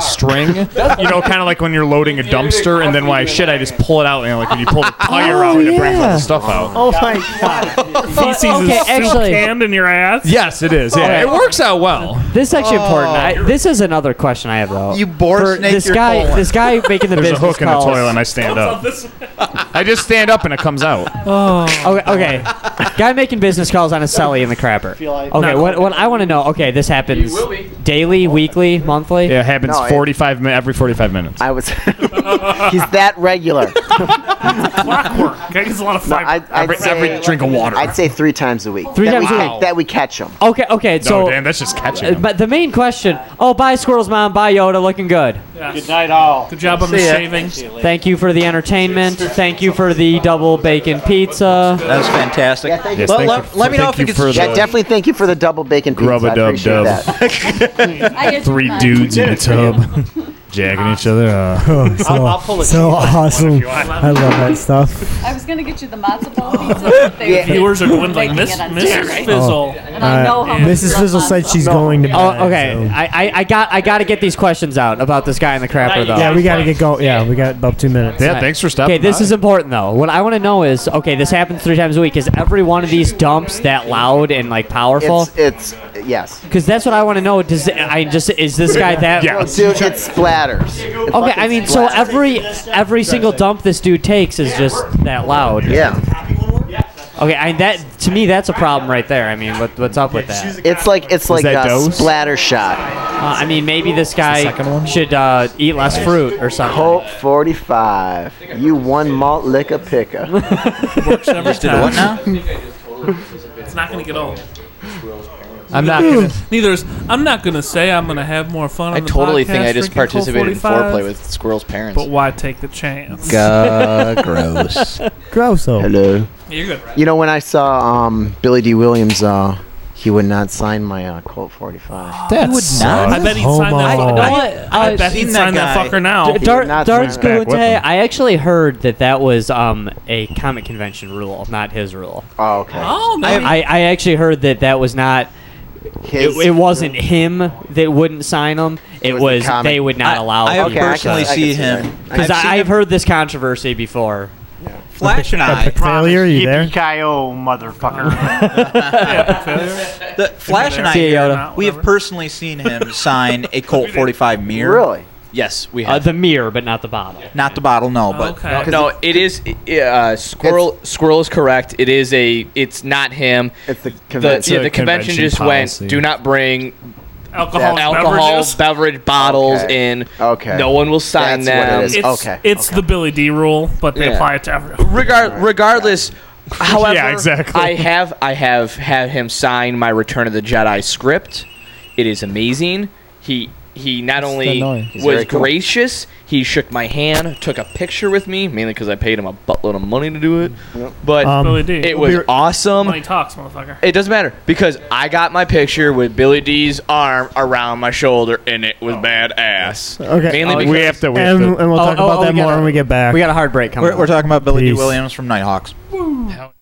S13: string, you know, kind of like when you're loading a dumpster, and then when I shit, I just pull it out, and like when you pull the
S5: Oh,
S13: tire out, and it brings all the stuff
S3: Oh
S13: out.
S3: my god. Feces
S5: Okay,
S3: is actually,
S5: actually-
S3: canned in your ass.
S13: Yes, it is. Yeah,
S5: Okay.
S13: it works out well.
S5: This is actually important. I, this is another question I have though.
S23: Oh. You bore
S5: For
S23: snake
S5: this
S23: your
S5: guy.
S23: colon.
S5: This guy making the
S13: There's a
S5: business
S13: hook in the
S5: calls.
S13: toilet, and I stand up. I just stand up, and it comes out.
S5: Oh. Okay. okay. Guy making business calls on a celly in the crapper. Okay. What, what I want to know. Okay, this happens daily, weekly, monthly.
S13: Yeah, it happens
S5: No, it-
S13: 45 mi- every 45 minutes.
S7: I was. He's that regular.
S3: Clockwork. Guy gets a lot of
S7: No,
S3: fiber.
S7: I, I'd
S13: Every-
S7: say,
S13: every drink of water.
S7: I'd say three times a week.
S5: Three
S7: that
S5: times
S7: we
S5: a
S7: ca-
S5: week.
S7: That we catch them.
S5: Okay. Okay. So.
S13: no, damn, that's just catching.
S5: uh, but the main question. Oh, bye, Squirrels Mom. Bye, Yoda. Looking good.
S24: Good night, all.
S3: Good job on the
S5: See ya.
S3: shaving.
S5: Thank you for the entertainment. Thank you for the double bacon pizza.
S23: That was fantastic.
S7: Yes,
S23: let,
S7: thank
S23: let-
S7: you-
S23: let me know if
S7: thank
S23: you
S7: you
S23: can.
S7: for the- Yeah, definitely thank you for the double bacon pizza. I
S13: Rub-a-dub-dub.
S7: appreciate that.
S13: Three dudes in a tub, jacking each other up.
S1: Oh, so,
S8: I'll pull it
S1: so
S8: to
S1: awesome.
S8: you.
S1: I love that stuff.
S8: I was gonna get you the matzo ball pizza. but they
S3: Yeah.
S8: were
S3: Viewers are dwindling.
S8: making
S3: Miss-
S8: it on
S3: Mrs.
S8: Saturday.
S3: Fizzle.
S8: And I
S1: Uh,
S8: know how much
S1: Mrs. Fizzle said she's going to. bed,
S5: Oh, okay. I, I, I got I got to get these questions out about this guy in the crapper though.
S1: Yeah, we gotta get going. Yeah, we got about two minutes.
S5: Okay, this is important though. What I want to know is, okay, this happens three times a week. Is every one of these dumps that loud and like powerful?
S7: It's, it's yes.
S5: Because that's what I want to know. Does I just is this guy that?
S7: Well, dude, it splatters. It
S5: Okay,
S7: fucking
S5: I mean, so
S7: splatters.
S5: every every single dump this dude takes is just that loud.
S7: Yeah.
S5: Okay, I that to me that's a problem right there. I mean, what what's up with that?
S7: It's like it's like a splatter shot.
S5: Uh, I mean, maybe this guy should uh, eat less fruit or something.
S7: Colt 45. You one malt liquor picker.
S3: Just
S23: did what now?
S3: It's not gonna get old.
S2: I'm not
S3: Neither-
S2: gonna-
S3: Neither is. I'm not gonna say I'm gonna have more fun.
S9: I
S3: on the
S9: totally
S3: podcast
S9: think I just
S3: drinking Colt
S9: participated in
S3: 45s,
S9: foreplay with Squirrel's parents.
S3: But why take the chance?
S7: Gah, gross.
S1: Grosso.
S7: Hello.
S3: You're good.
S7: You know when I saw um, Billy D. Williams, uh, he would not sign my uh, Colt 45.
S3: That He would sucks. not? I bet he'd sign that Homo. fucker- I- I bet he'd sign that fucker now.
S5: D-
S3: He
S5: Uh, Dar-
S3: would not
S5: Dark
S3: sign back with
S5: Scute,
S3: him.
S5: I actually heard that that was um, a comic convention rule, not his rule.
S7: Oh, okay.
S3: Oh, maybe.
S5: I, I, I actually heard that that was not.
S7: His-
S5: it, it wasn't him that wouldn't sign him. It,
S7: was the
S5: was,
S7: comic.
S5: they would not
S7: I-
S5: allow.
S23: I Okay, I personally can- I see can see him- that.
S5: because
S23: I've seen
S5: I've, heard this controversy before.
S23: Flash and I.
S1: Epic failure, you there?
S24: Kyo, motherfucker.
S23: The Flash and I,
S5: See you,
S23: here,
S5: Yoda.
S23: we have personally seen him sign a Colt 45 mirror.
S7: Really?
S23: Yes, we
S5: Uh,
S23: have.
S5: the mirror, but not the bottle.
S23: Not the bottle, no, but
S3: Okay.
S9: No, it is i- uh, squirrel. squirrel is correct. It is a. It's not him.
S7: It's the
S9: The,
S7: convention.
S9: yeah, the convention just
S7: policy.
S9: went. Do not bring
S3: Alcohol,
S9: alcohol
S3: beverages.
S9: beverage bottles
S7: Okay.
S9: in.
S7: Okay.
S9: No one will sign
S7: That's
S9: them.
S7: what it is.
S3: It's,
S7: okay.
S3: It's the Billy D rule, but they
S9: Yeah.
S3: apply it to everyone.
S9: Regard, regardless, however,
S3: Yeah, exactly.
S9: I have I have had him sign my Return of the Jedi script. It is amazing. He he not
S2: annoying.
S9: only
S2: He's
S9: was
S2: very cool.
S9: gracious, he shook my hand, took a picture with me, mainly because I paid him a buttload of money to do it. But
S1: Um,
S3: Billy D.
S9: it was awesome.
S3: Money talks, motherfucker.
S9: It doesn't matter because I got my picture with Billy D's arm around my shoulder, and it
S7: Oh.
S9: was badass.
S1: Okay. Uh,
S9: mainly
S1: We
S9: because
S1: have to- we have And- to- and we'll talk about that more when we get back.
S5: We got a hard break coming.
S23: We're,
S5: up.
S23: we're talking about Billy D.
S1: Peace.
S23: Williams from Nighthawks.